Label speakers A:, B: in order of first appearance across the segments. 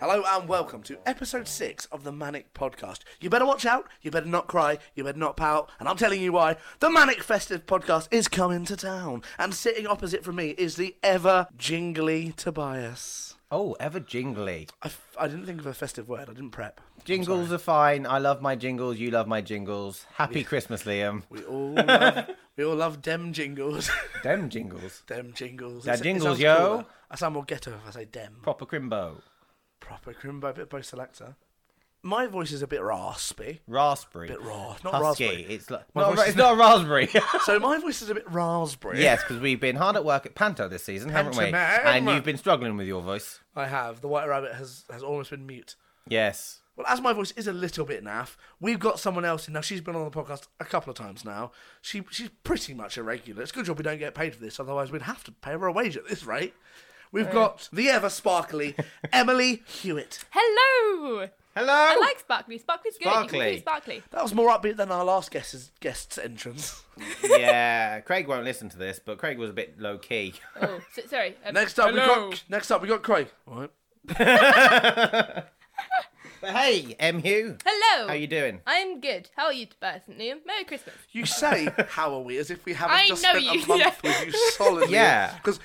A: Hello and welcome to episode six of the Manic Podcast. You better watch out, you better not cry, you better not pout, and I'm telling you why. The Manic Festive Podcast is coming to town, and sitting opposite from me is the ever jingly Tobias.
B: Oh, ever jingly.
A: I, f- I didn't think of a festive word, I didn't prep. I'm
B: Jingles
A: sorry.
B: are fine. I love my jingles. You love my jingles. Happy Christmas, Liam.
A: We all love, we all love dem jingles.
B: Dem jingles.
A: dem jingles.
B: Da
A: It s- it
B: jingles,
A: sounds
B: yo.
A: cooler. I sound more ghetto if I say dem.
B: Proper crimbo.
A: Proper crimbo, bit of both selector. My voice is a bit raspy.
B: Raspberry.
A: Bit raw, not
B: Husky.
A: raspberry.
B: It's, like
A: My
B: not,
A: voice
B: ra-
A: is
B: it's not raspberry.
A: So my voice is a bit raspberry.
B: yes, because we've been hard at work at Panto this season, haven't we?
A: Pantomime.
B: And you've been struggling with your voice.
A: I have. The White Rabbit has, has almost been mute.
B: Yes.
A: Well, as my voice is a little bit naff, we've got someone else in now. She's been on the podcast a couple of times now. She she's pretty much a regular. It's a good job we don't get paid for this, otherwise we'd have to pay her a wage at this rate. We've got the ever sparkly Emily Hewitt.
C: Hello!
B: Hello.
C: I like Sparkly. Sparkly's good. You
B: Sparkly.
C: can keep Oh. Sparkly.
A: That was more upbeat than our last guest's guest's entrance.
B: yeah, Craig won't listen to this, but Craig was a bit low key.
C: Oh, so, sorry. Um,
A: Next up,
C: hello.
A: we got next up we got Craig. All right.
B: But hey, M. Hugh,
C: Hello.
B: how you doing?
C: I'm good. How are you, Tobias and Liam? Merry Christmas.
A: You say, "How are we?" as if we haven't
C: I
A: just
C: know
A: spent a
C: you,
A: month
C: yeah.
A: with you solidly.
B: Yeah.
A: because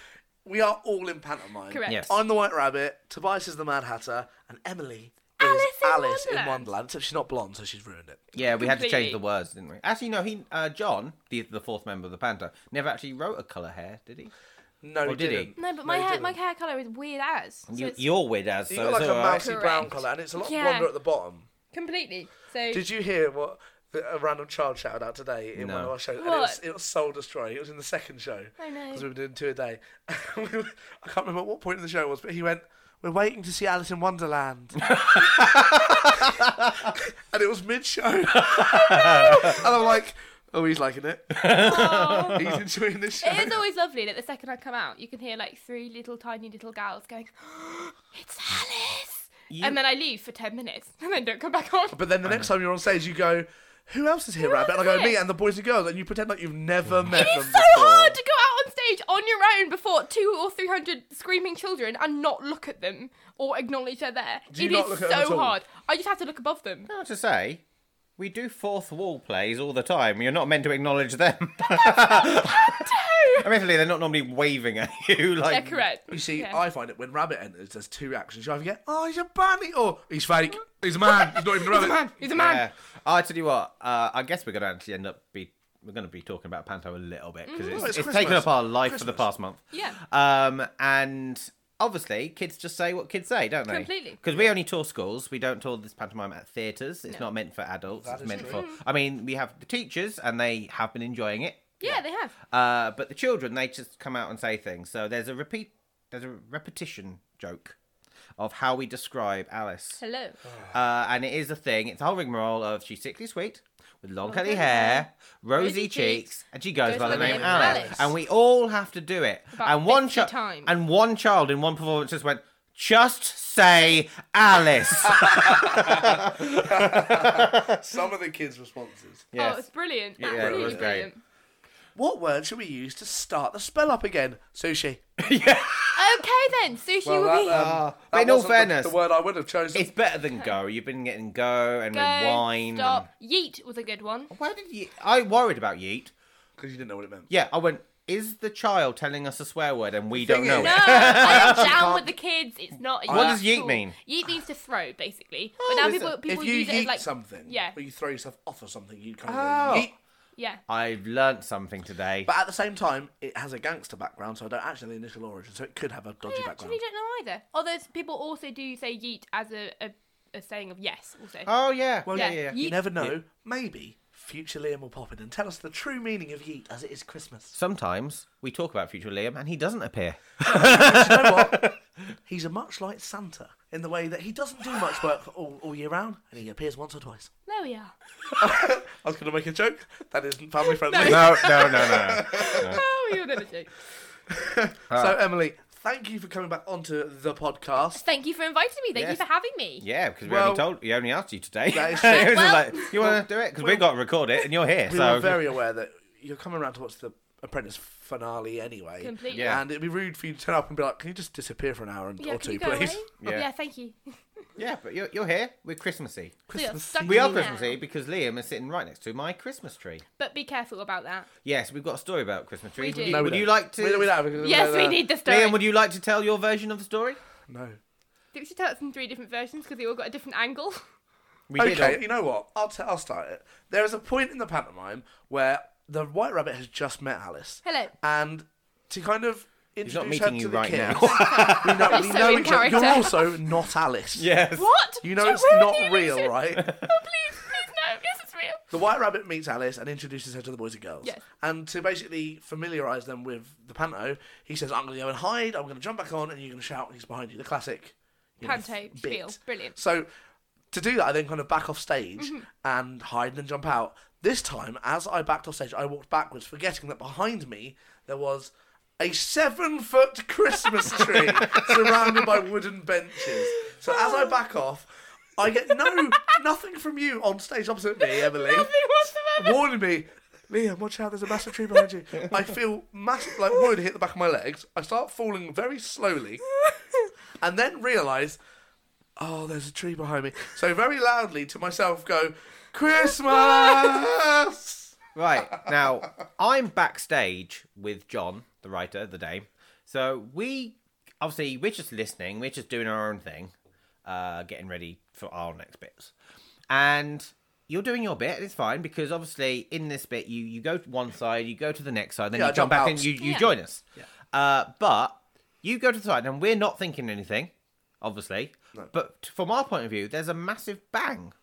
A: we are all in pantomime.
C: Correct.
B: Yes.
A: I'm the White Rabbit. Tobias is the Mad Hatter, and Emily is
C: Alice in
A: Alice in
C: Wonderland.
A: Wonderland. Except she's not blonde, so she's ruined it.
B: Yeah, we had to change
C: Completely.
B: the words, didn't we? Actually, no. He, uh, John, the the fourth member of the Panto, never actually wrote a colour hair, did he?
A: Oh, No, he
B: did he?
A: didn't.
C: No, but my hair,
A: didn't.
C: my hair color is weird as. So
B: You,
C: it's
B: you're weird as so
A: You got like
B: it's
A: a
B: all right.
A: mousy brown
C: Correct.
A: colour, and it's a lot
C: Yeah.
A: blonder at the bottom.
C: completely. So
A: Did you hear what the- a random child shouted out today in one
B: No.
A: of our shows? And it
C: What?
A: was, it was soul destroying. It was in the second show.
C: I know.
A: Because we were doing two a day. I can't remember what point in the show it was, but he went, We're waiting to see Alice in Wonderland. and it was mid show. and I'm like, Oh, he's liking it.
C: Oh.
A: He's enjoying this show.
C: it is always lovely that the second I come out, you can hear like three little tiny little gals going, "It's Alice," and then I leave for ten minutes and then don't come back on.
A: But then the next time you're on stage, you go, Who else is here, Rabbit? And I
C: else
A: go,
C: is
A: Me
C: here?"
A: and the boys and girls. And you pretend like you've never met
C: It
A: them
C: is so
A: before.
C: hard to go out on stage on your own before two or three hundred screaming children and not look at them or acknowledge they're there. It
A: Do you
C: is
A: not look at them at
C: so
A: all?
C: hard. I just have to look above them.
B: How to say, we do fourth wall plays all the time. You're not meant to acknowledge them. Admittedly, they're not normally waving at you.
C: They're
B: Like
C: correct.
A: You see,
C: Yeah.
A: I find it when Rabbit enters, there's two reactions. You either get, oh, he's a bunny, or he's fake, he's a man, he's not even a rabbit.
C: man. Mm-hmm. He's a man.
B: Yeah. I tell you what. Uh, I guess we're going to actually end up be we're going to be talking about Panto a little bit because
A: Oh, it's
B: it's, it's, taken
A: Christmas.
B: up our life for the
A: Christmas.
B: past month.
C: Yeah.
B: Um, and obviously, kids just say what kids say, don't they?
C: Completely.
B: Because we only tour schools. We don't tour this pantomime at theatres. It's not meant for adults.
A: That
B: it's
A: is
B: meant
A: true.
B: for. I mean, we have the teachers, and they have been enjoying it.
C: Yeah, they have.
B: Uh, but the children, they just come out and say things. So there's a repeat, there's a repetition joke of how we describe Alice.
C: Hello.
A: Oh,
C: Oh,
B: Uh, and it is a thing. It's a whole rigmarole of she's sickly sweet, with long curly
C: curly
B: hair,
C: hair,
B: rosy,
C: Oh, rosy
B: cheeks,
C: cheeks,
B: and she goes by the name Alice.
C: Alice.
B: And we all have to do it.
C: About
B: and one
C: 50
B: child,
C: times.
B: and one child in one performance just went, "Just say Alice."
A: Some of the kids' responses.
C: Oh, it's
B: yes.
C: brilliant.
B: it was
C: Absolutely
B: great.
C: brilliant.
A: What word should we use to start the spell up again? Sushi.
C: Okay then, sushi will
A: that,
C: be.
A: um,
B: Ah, but in all
A: wasn't the-
B: fairness-
A: the, word I would have chosen.
B: It's better than go. You've been getting go and
A: uh,
C: Go,
B: rewind.
C: stop. Yeet was a good one.
B: and- Where did you? I worried about Yeet.
A: Because you didn't know what it meant.
B: Yeah, I went. Is the child telling us a swear word and we
A: thing
B: don't know
A: is-
C: No,
B: it?
C: I am down with the kids. It's not. A
B: What
C: yeet
B: does yeet
C: at all.
B: mean?
C: Yeet means to throw, basically. But now
B: is
C: people
B: it?
C: people
A: Oh, if you
C: use it as
A: yeet
C: like
A: something,
C: Yeah.
A: or you throw yourself off of something, you kind
B: Oh.
A: of yeet.
C: yeah.
B: I've learnt something today.
A: But at the same time, it has a gangster background, so I don't actually know the initial origin, so it could have a dodgy
C: I
A: background.
C: actually don't know either. Although s- people also do say yeet as a, a, a saying of yes, also.
B: oh yeah. Well, yeah,
C: Yeah,
B: yeah, yeah.
C: yeet.
A: You never know. Maybe future Liam will pop in and tell us the true meaning of yeet as it is Christmas.
B: Sometimes we talk about future Liam and he doesn't appear.
A: you know what? He's a much like Santa in the way that he doesn't do much work for all, all year round, and he appears once or twice.
C: There we are.
A: I was going to make a joke. That isn't family friendly.
B: No, no, no, no.
C: Oh, you're never joke.
B: Ah.
A: So Emily, thank you for coming back onto the podcast.
C: Thank you for inviting me. Thank
B: Yes.
C: you for having me.
B: Yeah, because we
A: Well-
B: only told, we only asked you today.
A: That is
B: It
A: true.
B: was just
C: Well-
B: like, you want to do it? Because we got to record it and you're here.
A: We
B: so
A: were very aware that you're coming around to watch the apprentice finale anyway.
C: Completely.
B: Yeah.
A: And it'd be rude for you to turn up and be like, "Can you just disappear for an hour and,
C: Yeah,
A: or
C: can you
A: two,
C: go
A: please?"
C: away?
B: Yeah.
C: yeah, thank you.
B: Yeah, but you're, you're here. We're Christmassy.
C: So you're
A: Christmas
C: stuck
A: Eve.
B: We are
C: Yeah.
B: Christmassy because Liam is sitting right next to my Christmas tree.
C: But be careful about that.
B: Yes, we've got a story about Christmas trees.
C: do.
B: Would you,
C: No,
A: we
B: would
A: don't.
B: you like to?
A: We, we don't have a-
C: yes, we
A: uh,
C: need the story.
B: Liam, would you like to tell your version of the story?
A: No.
C: Did we should tell it in three different versions because they all got a different angle?
B: We
A: okay,
B: did.
A: you know what? I'll t- I'll start it. There is a point in the pantomime where the White Rabbit has just met Alice.
C: Hello.
A: And to kind of
B: He's not
A: introduce her
B: meeting
A: to
B: you
A: the
B: right
A: kids,
B: now.
A: we know,
C: You're
A: we
C: so
A: know
C: in
A: each other. You're
C: character.
A: also not Alice.
B: yes.
C: What?
A: You know
C: Don't
A: it's
C: ruin
A: not
C: the
A: real,
C: illusion.
A: right?
C: Oh, please, please, no. Yes, it's real.
A: The White Rabbit meets Alice and introduces her to the boys and girls.
C: Yes.
A: And to basically familiarise them with the panto, he says, I'm going to go and hide, I'm going to jump back on, and you're going to shout, he's behind you. The classic you know,
C: Panto
A: bit.
C: spiel. Brilliant.
A: So to do that, I then kind of back off stage
C: Mm-hmm.
A: and hide and then jump out. This time, as I backed off stage, I walked backwards, forgetting that behind me there was a seven foot Christmas tree surrounded by wooden benches. So as I back off, I get no nothing from you on stage opposite me, Emily,
C: Nothing whatsoever.
A: warning me. Liam, watch out, there's a massive tree behind you. I feel massive, like wood hit the back of my legs. I start falling very slowly and then realise, oh, there's a tree behind me. So very loudly to myself, go, Christmas.
B: Right. Now, I'm backstage with John, the writer of the day. So we, obviously, we're just listening. We're just doing our own thing, uh, getting ready for our next bits. And you're doing your bit. It's fine because obviously in this bit you you go to one side, you go to the next side, then
A: Yeah, I
B: you
A: jump
B: jump back
A: out.
B: and you you
C: Yeah.
B: join us. Uh, but you go to the side, and we're not thinking anything, obviously. But from our point of view, there's a massive bang.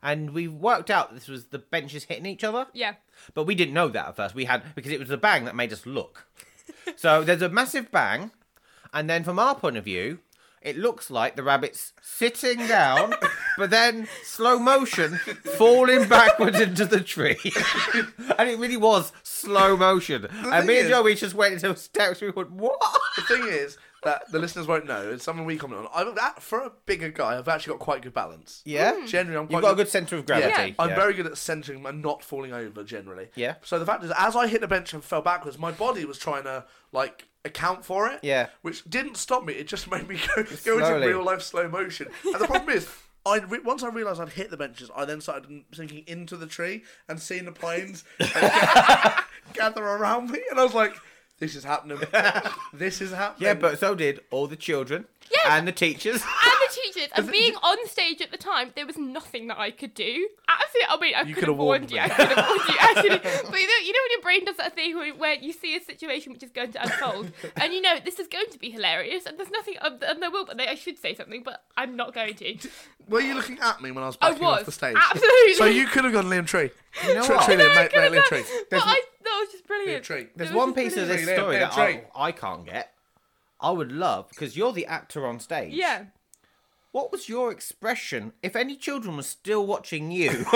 B: And we worked out this was the benches hitting each other.
C: Yeah.
B: But we didn't know that at first. We had because it was the bang that made us look. so there's a massive bang, and then from our point of view, it looks like the rabbit's sitting down, but then slow motion falling backwards into the tree. and it really was slow motion. and me and
A: is-
B: Joey just went into steps. We went, "What?"
A: the thing is that the listeners won't know, and something we comment on. I'm that for a bigger guy, I've actually got quite good balance.
B: Yeah,
A: Generally, I'm quite
B: you've got a good centre of gravity.
A: Hmm. I'm
B: Yeah.
A: very good at centering and not falling over generally.
B: Yeah.
A: So the fact is, as I hit the bench and fell backwards, my body was trying to like account for it.
B: Yeah.
A: Which didn't stop me. It just made me go, go into
B: Slowly.
A: real life slow motion. And the problem is. I re- once I realised I'd hit the benches, I then started sinking into the tree and seeing the planes gather, gather around me, and I was like, "This is happening. This is happening."
B: yeah, but so did all the children
C: Yes.
B: and the teachers.
C: And the teachers, and being on stage at the time, there was nothing that I could do. Actually, I mean, I could
A: could have
C: have
A: warned
C: warned you. I could have warned you, actually. But you know, you know when your brain does that thing where, where you see a situation which is going to unfold, and you know this is going to be hilarious, and there's nothing, um, and there will, but I should say something, but I'm not going to.
A: were you looking at me when I was
C: I
A: backing
C: was
A: off the stage?
C: absolutely.
A: So you could have gone Liam Tree. You
B: know
A: Tree,
B: what?
A: Tree,
B: No,
A: Liam,
C: I
A: mate,
C: could have
A: mate, Liam
C: done-
A: Tree.
C: But I, that was just brilliant.
A: Tree.
C: It
B: There's
C: was
B: one
C: just
B: piece of
C: brilliant.
B: this
A: Really,
B: story
A: yeah,
B: that I,
A: Drake.
B: I can't get. I would love because you're the actor on stage.
C: Yeah.
B: What was your expression if any children were still watching you?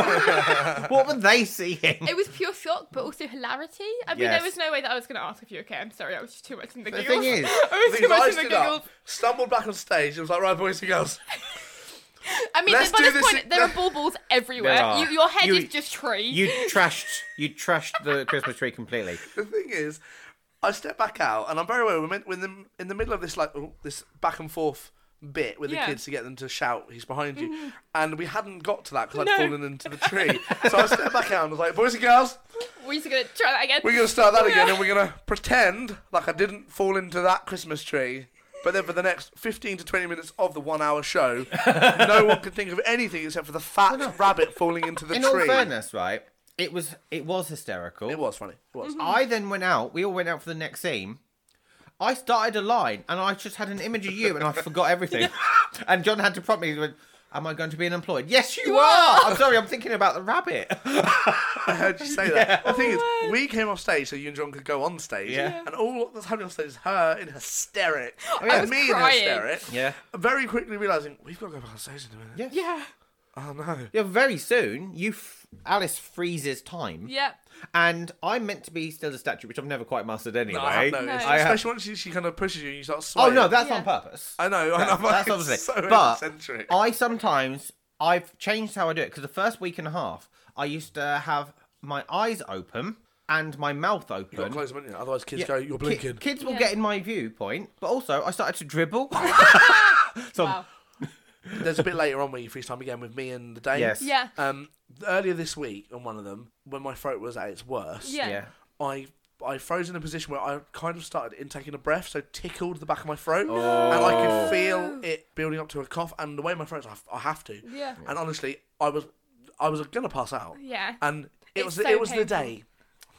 B: what were they seeing?
C: It was pure shock, but also hilarity. I mean,
B: Yes.
C: there was no way that I was going to ask if you're okay. I'm sorry, I was just too much in the
B: The
C: giggles.
B: thing is,
C: I was
A: The
C: too
A: thing is, I
C: much in the
A: stood
C: giggles.
A: up, stumbled back on stage, and was like, right, boys and girls.
C: I mean,
A: Let's
C: by
A: do
C: this,
A: this
C: point,
A: in-
C: there are baubles everywhere.
B: There are.
C: You, your head
B: You-
C: is just tree.
B: you trashed you trashed the Christmas tree completely.
A: The thing is, I step back out, and I'm very aware we're in the, in the middle of this like oh, this back and forth bit with
C: Yeah. Mm-hmm.
A: the kids to get them to shout, he's behind you. And we hadn't got to that because
C: No.
A: I'd fallen into the tree. so I stepped back out and was like, boys and girls,
C: We're just gonna try that again.
A: we're going to start that again, and we're going to pretend like I didn't fall into that Christmas tree. But then for the next 15 to 20 minutes of the one hour show, no one could think of anything except for the fat rabbit falling into the
B: In all
A: tree.
B: fairness, right? It was it was hysterical.
A: It was funny. It was.
B: I then went out. We all went out for the next scene. I started a line, and I just had an image of you, and I forgot everything. and John had to prompt me. He went, Am I going to be unemployed? Yes, you are. I'm sorry. I'm thinking about the rabbit.
A: I heard you say that. The thing is,
C: Oh,
A: we came off stage so you and John could go on stage.
B: Yeah.
A: And all that's happening on stage is her in hysterics.
B: yeah.
A: and me
C: crying.
A: in hysterics.
B: Yeah.
A: Very quickly realising, we've got to go back on stage in a minute.
C: Yeah.
A: Oh, no.
B: Yeah, very soon, you f- Alice freezes time,
C: Yeah.
B: and I'm meant to be still a statue, which I've never quite mastered anyway.
A: I have noticed.
C: No. I
B: have-
A: Especially once she, she kind of pushes you and you start
B: oh
A: sweating.
B: no, that's
C: Yeah.
B: on purpose.
A: I know, I know. but
B: that's
A: it's
B: obviously.
A: So
B: but
A: eccentric.
B: I sometimes I've changed how I do it because the first week and a half I used to have my eyes open and my mouth open.
A: Got to close them, haven't you? Otherwise, kids
B: Yeah.
A: go, "You're
B: Ki-
A: blinking."
B: kids will
C: Yeah.
B: get in my viewpoint, but also I started to dribble.
A: Oh.
B: so
C: Wow.
A: There's a bit later on where you freeze time again with me and the Dane.
B: Yes.
C: Yeah.
A: Um, earlier this week, on one of them, when my throat was at its worst,
C: Yeah.
B: yeah.
A: I I froze in a position where I kind of started intaking a breath, so tickled the back of my throat, and I could feel it building up to a cough. And the way my throat's, I, I have to.
C: Yeah.
A: And honestly, I was I was gonna pass out.
C: Yeah.
A: And it
C: It's
A: was
C: so
A: it was the
C: painful.
A: day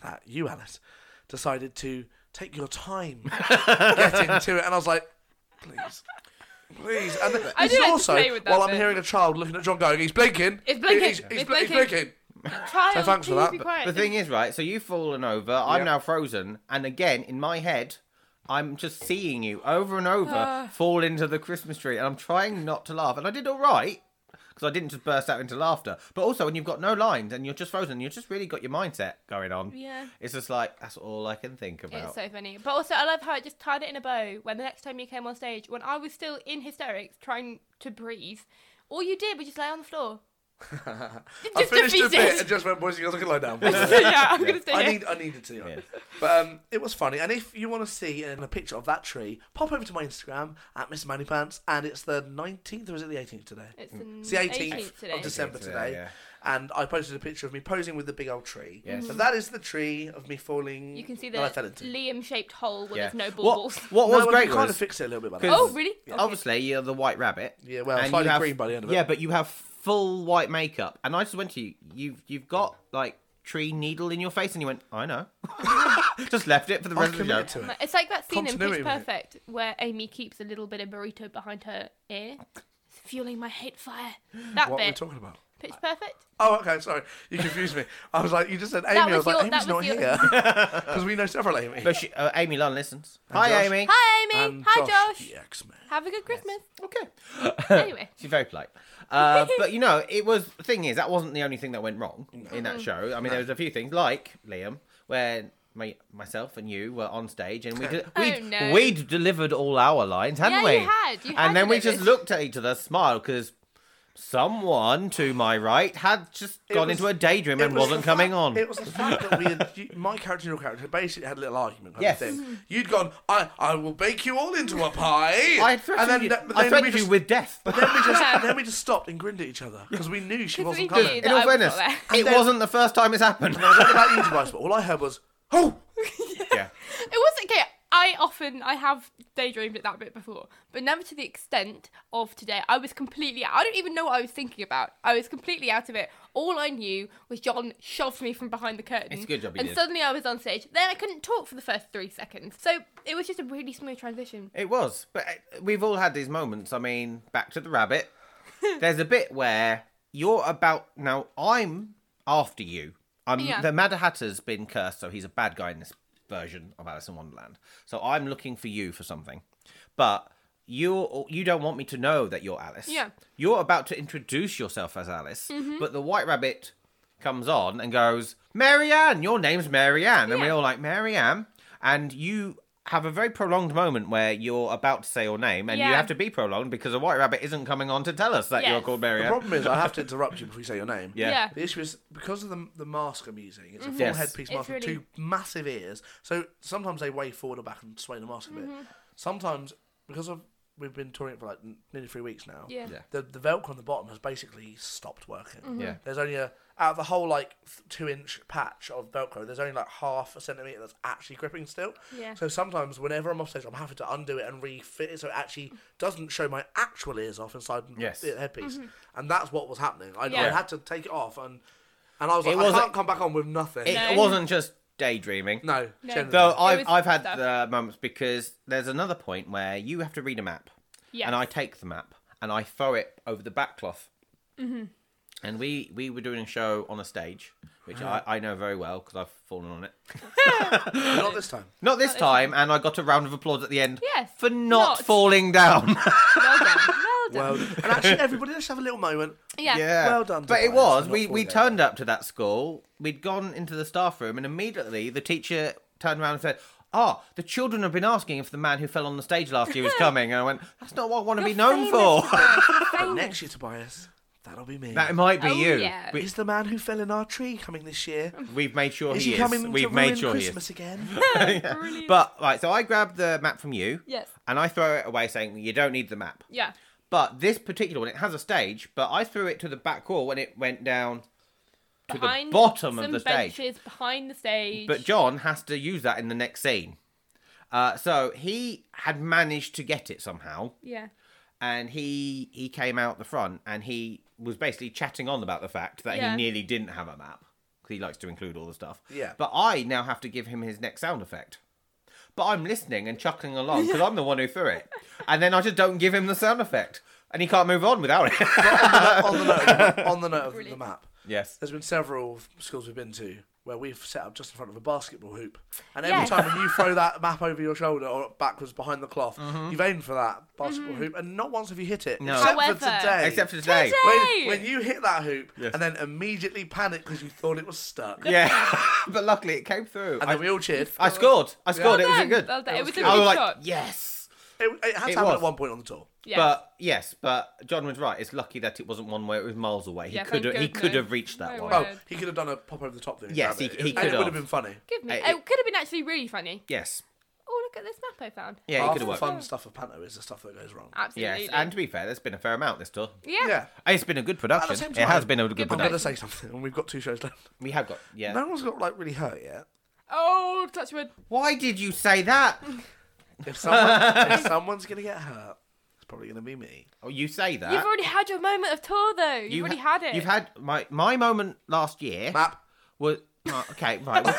A: that you, Alice, decided to take your time getting to it, and I was like, please. Please, and th-
C: I
A: this is
C: do like to
A: also
C: play with that
A: while I'm
C: bit.
A: hearing a child looking at John going, he's blinking,
C: It's blinking.
A: he's, he's,
C: It's
A: bl- he's
C: blinking."
A: blinking.
C: Child,
A: So thanks for
C: please
A: that,
C: Be
A: but
C: quiet.
B: The thing is, right? So you've fallen over. I'm
A: Yeah.
B: now frozen, and again in my head, I'm just seeing you over and over
C: Uh.
B: fall into the Christmas tree, and I'm trying not to laugh, and I did all right because I didn't just burst out into laughter. But also, when you've got no lines and you're just frozen, you've just really got your mindset going on.
C: Yeah.
B: it's just like that's all I can think about.
C: It's so funny. But also, I love how it just tied it in a bow when the next time you came on stage, when I was still in hysterics trying to breathe, all you did was just lay on the floor.
A: I
C: Just
A: finished a
C: defeated.
A: bit and just went, boys and girls, I can lie down.
C: yeah, I'm going to stay
A: I
C: here.
A: need I needed to. But um, it was funny. And if you want to see in a picture of that tree, pop over to my Instagram at Mr. Mannypants and it's the nineteenth or is it the eighteenth today?
C: it's
A: It's
C: the
A: the
C: 18th,
A: 18th
C: today.
A: of December
B: Today,
A: today.
B: yeah.
A: And I posted a picture of me posing with the big old tree.
B: Yes.
A: So that is the tree of me falling.
C: You can see the
A: that I fell into.
C: Liam shaped hole where
B: yeah.
C: there's no
B: what,
C: balls.
B: what was
A: no,
B: great
A: kind
B: was
A: of fix it a little bit by the
B: 'cause
A: way.
C: Oh, really? Okay.
B: Obviously, you're the white rabbit.
A: Yeah, well,
B: and you
A: slightly
B: have-
A: green by the end of it.
B: Yeah, but you have full white makeup, and I just went to you. You've you've got like tree needle in your face, and you went, I know. just left it for the
A: I
B: rest of the
A: committed
B: show.
A: to it.
C: It's like that scene in
A: Continuity,
C: Pitch
A: mate.
C: Perfect where Amy keeps a little bit of burrito behind her ear, fueling my hate fire. That
A: What are we
C: bit.
A: talking about?
C: Pitch Perfect.
A: Oh, okay, sorry. You confused me. I was like, you just said Amy.
C: That
A: I was
C: was
A: like,
C: your-
A: Amy's
C: that
A: not
C: was
A: here. Because we know several Amy.
B: But she, uh, Amy Lunn listens. Hi,
A: Josh.
B: Amy.
C: Hi, Amy.
A: And
C: Hi,
A: Josh.
C: Josh.
A: the X-Man.
C: Have a good Christmas.
B: Okay.
C: anyway.
B: She's very polite. Uh, but you know, it was the thing is that wasn't the only thing that went wrong in that show. I mean, there was a few things like Liam, where my myself and you were on stage and we did,
C: Oh,
B: we'd,
C: no.
B: we'd delivered all our lines, hadn't
C: Yeah,
B: we?
C: you had. You
B: and
C: had
B: then we just
C: delivered.
B: looked at each other, smiled because someone to my right had just gone
A: was-
B: into a daydream
A: It
B: and
A: was
B: wasn't
A: the
B: coming
A: fact-
B: on.
A: It was the fact that we had, you, my character and your character basically had a little argument. Kind
B: Yes.
A: Of thing. You'd gone, I, I will bake you all into a pie. and
B: I had
A: then,
B: threatened, you,
A: th- but
B: I
A: then we
B: threatened
A: just,
B: you with death.
A: then we
C: Yeah.
A: just, then we just stopped and grinned at each other because we knew she
C: 'Cause
A: wasn't
C: we knew
A: coming.
C: that
B: in all
C: I was
B: fairness,
C: not there.
B: it wasn't the first time it's happened.
A: I don't know about you, Tobias, but all I heard was, oh,
B: yeah.
C: It was okay. I often I have daydreamed at that bit before, but never to the extent of today. I was completely I don't even know what I was thinking about. I was completely out of it. All I knew was John shoved me from behind the curtain.
B: It's a good job he
C: And
B: did.
C: suddenly I was on stage. Then I couldn't talk for the first three seconds. So it was just a really smooth transition.
B: It was, but uh, we've all had these moments. I mean, back to the rabbit. There's a bit where you're about now. I'm after you. I'm
C: Yeah.
B: the Mad Hatter's been cursed, so he's a bad guy in this version of Alice in Wonderland. So I'm looking for you for something, but you you don't want me to know that you're Alice.
C: Yeah. Mm-hmm.
B: You're about to introduce yourself as Alice, but the White Rabbit comes on and goes, Marianne, your name's Marianne. And we're
C: Yeah.
B: all like, Marianne. And you have a very prolonged moment where you're about to say your name and you
C: Yeah.
B: have to be prolonged because a white rabbit isn't coming on to tell us that you're
C: Yes.
B: called
A: The
B: Marianne.
A: problem is, I have to interrupt you before you say your name.
B: Yeah.
C: Yeah. Mm-hmm.
A: The issue is because of the the mask I'm using. It's a full
B: Yes.
A: headpiece
C: It's
A: mask with
C: really-
A: two massive ears. So sometimes they wave forward or back and sway the mask a bit.
C: Mm-hmm.
A: Sometimes because of we've been touring it for like n- nearly three weeks now.
C: Yeah. Mm-hmm.
B: Yeah.
A: The the velcro on the bottom has basically stopped working.
B: Yeah.
A: There's only a out of the whole like th- two inch patch of velcro. There's only like half a centimeter that's actually gripping still.
C: Yeah.
A: So sometimes whenever I'm off stage, I'm having to undo it and refit it so it actually doesn't show my actual ears off inside
B: Yes.
A: the headpiece. And that's what was happening. I, I
C: Mm-hmm. Yeah.
A: had to take it off, and and I was like,
B: It
A: I
B: wasn't-
A: can't come back on with nothing.
B: It
C: No.
B: wasn't just daydreaming.
A: no,
C: No.
A: generally.
B: Though I've,
C: was
B: I've had
C: stuff.
B: the moments because there's another point where you have to read a map.
C: Yes.
B: And I take the map and I throw it over the back cloth. And we, we were doing a show on a stage, which I, I know very well because I've fallen on it.
A: not this time.
B: Not this time, and I got a round of applause at the end
C: Yes,
B: for not,
C: not.
B: falling down.
C: Well done. Well done.
A: Well, and actually, everybody, let's have a little moment.
C: yeah.
A: Well done,
B: But it
A: Tobias,
B: was.
A: for
B: We,
A: not
B: we
A: falling down.
B: turned up to that school. We'd gone into the staff room, and immediately the teacher turned around and said, Ah, the children have been asking if the man who fell on the stage last year is coming. And I went, That's not what I want to be known for.
C: Famous.
A: Next year, Tobias, That'll be me.
B: That might be
C: Oh,
B: you.
C: yeah.
B: We,
A: Is the man who fell in our tree coming this year?
B: we've made sure
A: Is
B: he,
A: he,
B: is.
A: coming
B: We've
A: to
B: made
A: ruin
B: sure
A: Christmas again?
B: he is. Yeah.
C: Brilliant.
B: But right, so I grab the map from you.
C: Yes.
B: And I throw it away, saying you don't need the map.
C: Yeah.
B: But this particular one, it has a stage, but I threw it to the back wall and it went down to
C: Behind
B: the bottom
C: some
B: of the stage.
C: benches, behind the stage.
B: But John has to use that in the next scene. Uh, so he had managed to get it somehow,
C: yeah.
B: and he he came out the front and he was basically chatting on about the fact that
C: Yeah.
B: he nearly didn't have a map because he likes to include all the stuff.
A: Yeah.
B: But I now have to give him his next sound effect. But I'm listening and chuckling along because I'm the one who threw it, and then I just don't give him the sound effect, and he can't move on without it.
A: on the note, on the note of the
C: Brilliant.
A: map.
B: yes.
A: There's been several schools we've been to where we've set up just in front of a basketball hoop, and every
C: Yes.
A: time when you throw that map over your shoulder or backwards behind the cloth, you've aimed for that basketball hoop, and not once have you hit it.
B: Mm-hmm. No.
A: Except for
C: Mm-hmm. However-
A: today.
B: Except for today.
C: Today!
A: when, when you hit that hoop
B: Yes.
A: and then immediately panic because you thought it was stuck,
B: Yeah. but luckily it came through.
A: and
B: I,
A: then we all cheered.
B: I scored. I scored. it
C: Well
B: was
C: done.
B: good.
C: Well done.
A: It
C: It
A: was
C: was a
A: good.
B: I
C: good
B: was like,
C: shot.
B: yes.
A: It, it had
B: It
A: to happen
B: was.
A: at one point on the tour.
C: Yeah.
B: But yes, but John was right. It's lucky that it wasn't one where it was miles away. He
C: Yeah,
B: could
C: thank
B: have he
C: goodness.
B: could have reached that
C: No
B: one.
C: way.
A: Oh,
C: Good.
A: he could have done a pop over the top thing. and
B: Yes,
A: grabbed
B: he-
A: it.
B: he
A: And
B: could
A: It would
B: have.
A: have been funny.
C: Give me.
B: Uh,
C: oh, could have been actually really funny.
B: Yes.
C: Oh, look at this map I found. Oh,
B: Yeah,
A: Half
B: he could
A: the
B: have worked.
A: fun stuff of panto is the stuff that goes wrong.
C: Absolutely.
B: Yes, and to be fair, there's been a fair amount this tour.
C: Uh, yeah.
A: Yeah.
B: It's been a good
A: At
B: production.
A: the same
B: it has
A: time-
B: been a good,
C: Good
A: I'm
B: production.
A: going to say something, and we've got two shows left.
B: We have got yeah.
A: No one's got like really hurt yet.
C: Oh, touch wood.
B: Why did you say that?
A: If, someone, if someone's going to get hurt, it's probably going to be me.
B: Oh, you say that.
C: You've already had your moment of tour, though. You've
B: You
C: already
B: ha-
C: had it.
B: You've had my my moment last year
A: Map.
B: was oh, okay, right. We'll,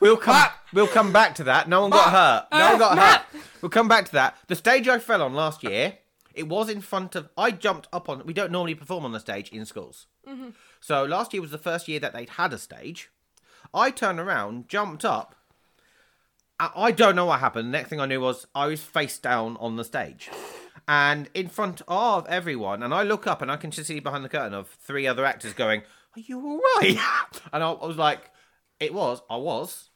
B: we'll come we'll come back to that. No one got hurt. No one got
C: Map.
B: hurt. We'll come back to that. The stage I fell on last year, it was in front of I jumped up on we don't normally perform on the stage in schools. So last year was the first year that they'd had a stage. I turned around, jumped up. I I don't know what happened. The next thing I knew was I was face down on the stage. And in front of everyone, and I look up and I can just see behind the curtain of three other actors going, Are you all right? And I, I was like, It was, I was.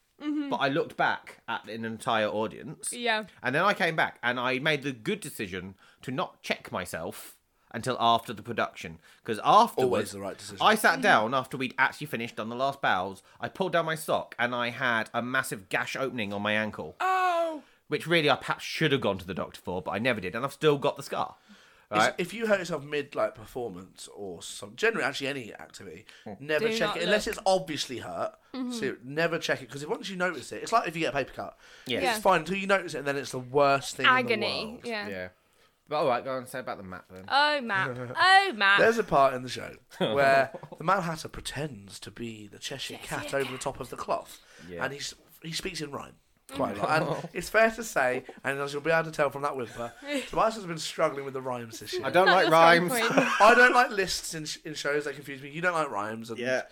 B: But I looked back at an entire audience.
C: Yeah.
B: And then I came back and I made the good decision to not check myself until after the production. Because afterwards,
A: the right decision.
B: I sat down after we'd actually finished on the last bows. I pulled down my sock and I had a massive gash opening on my ankle,
C: Oh.
B: which really I perhaps should have gone to the doctor for, but I never did. And I've still got the scar.
A: It's-
B: Right?
A: If you hurt yourself mid like performance or some generally actually any activity, never
C: Do
A: check
C: not
A: it unless
C: look. Mm-hmm.
A: it's obviously hurt. So never check it because once you notice it, it's like if you get a paper cut.
B: Yes.
A: It's
C: Yeah.
A: fine until you notice it, and then it's the worst thing. In the
C: Agony.
A: world.
C: Yeah.
B: But all right, go on and say about the map then.
C: Oh, map. Oh, map.
A: There's a part in the show where the Manhatter pretends to be the Cheshire Cat over the top of the cloth,
B: Yeah. Mm.
A: and he's he speaks in rhyme quite a lot. And it's fair to say, and as you'll be able to tell from that whimper, Tobias has been struggling with the rhymes this year.
B: I don't
C: Not
B: like
C: your strong
B: rhymes.
C: point.
A: I don't like lists in, sh- in shows; they confuse me. You don't like rhymes, and
B: yeah.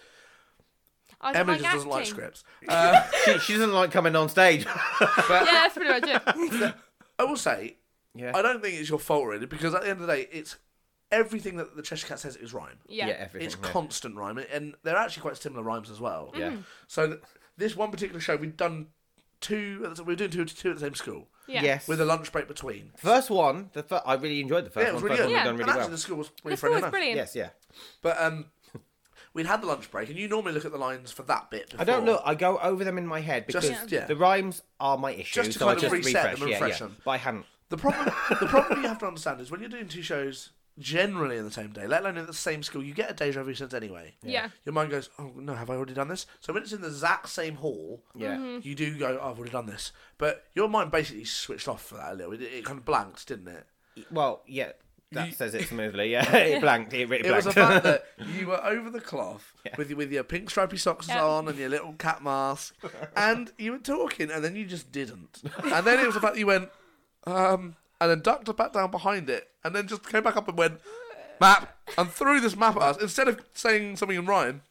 C: I don't
A: Emily
C: like
A: just doesn't like
C: acting.
A: scripts. Uh,
B: She, she doesn't like coming on stage.
C: Yeah, that's pretty much it.
A: I will say,
B: Yeah.
A: I don't think it's your fault really, because at the end of the day, it's everything that the Cheshire Cat says is rhyme.
C: Yeah.
B: everything.
A: it's
B: yeah.
A: constant rhyme, and they're actually quite similar rhymes as well.
C: Mm.
B: Yeah.
C: Mm-hmm.
A: So th- this one particular show, we've done two. We were doing two, two at the same school
C: Yeah.
B: Yes.
A: with a lunch break between.
B: First one, the fir- I really enjoyed the first
A: Yeah, it was
B: one.
A: really
B: first
A: good.
B: one
C: Yeah.
B: had done
A: and
B: really
A: actually,
B: well.
A: the school was really friendly
C: The score was
A: enough.
C: brilliant.
B: Yes, yeah.
A: But um, we'd had the lunch break, and you normally look at the lines for that bit. Before.
B: I don't look. I go over them in my head because
A: Just- yeah.
B: the rhymes are my issue.
A: Just to
B: so
A: kind
B: I
A: of
B: just
A: reset them
B: refresh.
A: and
B: yeah,
A: refresh
B: yeah.
A: them.
B: But I haven't.
A: The problem, the problem you have to understand is when you're doing two shows generally in the same day, let alone in the same school, you get a deja vu sense anyway.
C: Yeah.
A: Your mind goes, oh no, have I already done this? So when it's in the exact same hall,
B: Yeah. Mhm.
C: Mm-hmm.
A: you do go, oh, I've already done this. But your mind basically switched off for that a little. It, it kind of blanked, didn't it?
B: Well, yeah, that says it smoothly. Yeah, it blanked. It really
A: It was
B: blanked.
A: the fact that you were over the cloth with your, with your pink stripy socks
C: Yeah.
A: on and your little cat mask, and you were talking, and then you just didn't. And then it was the fact that you went, um, and then ducked back down behind it, and then just came back up and went, map, and threw this map at us instead of saying something in rhyme.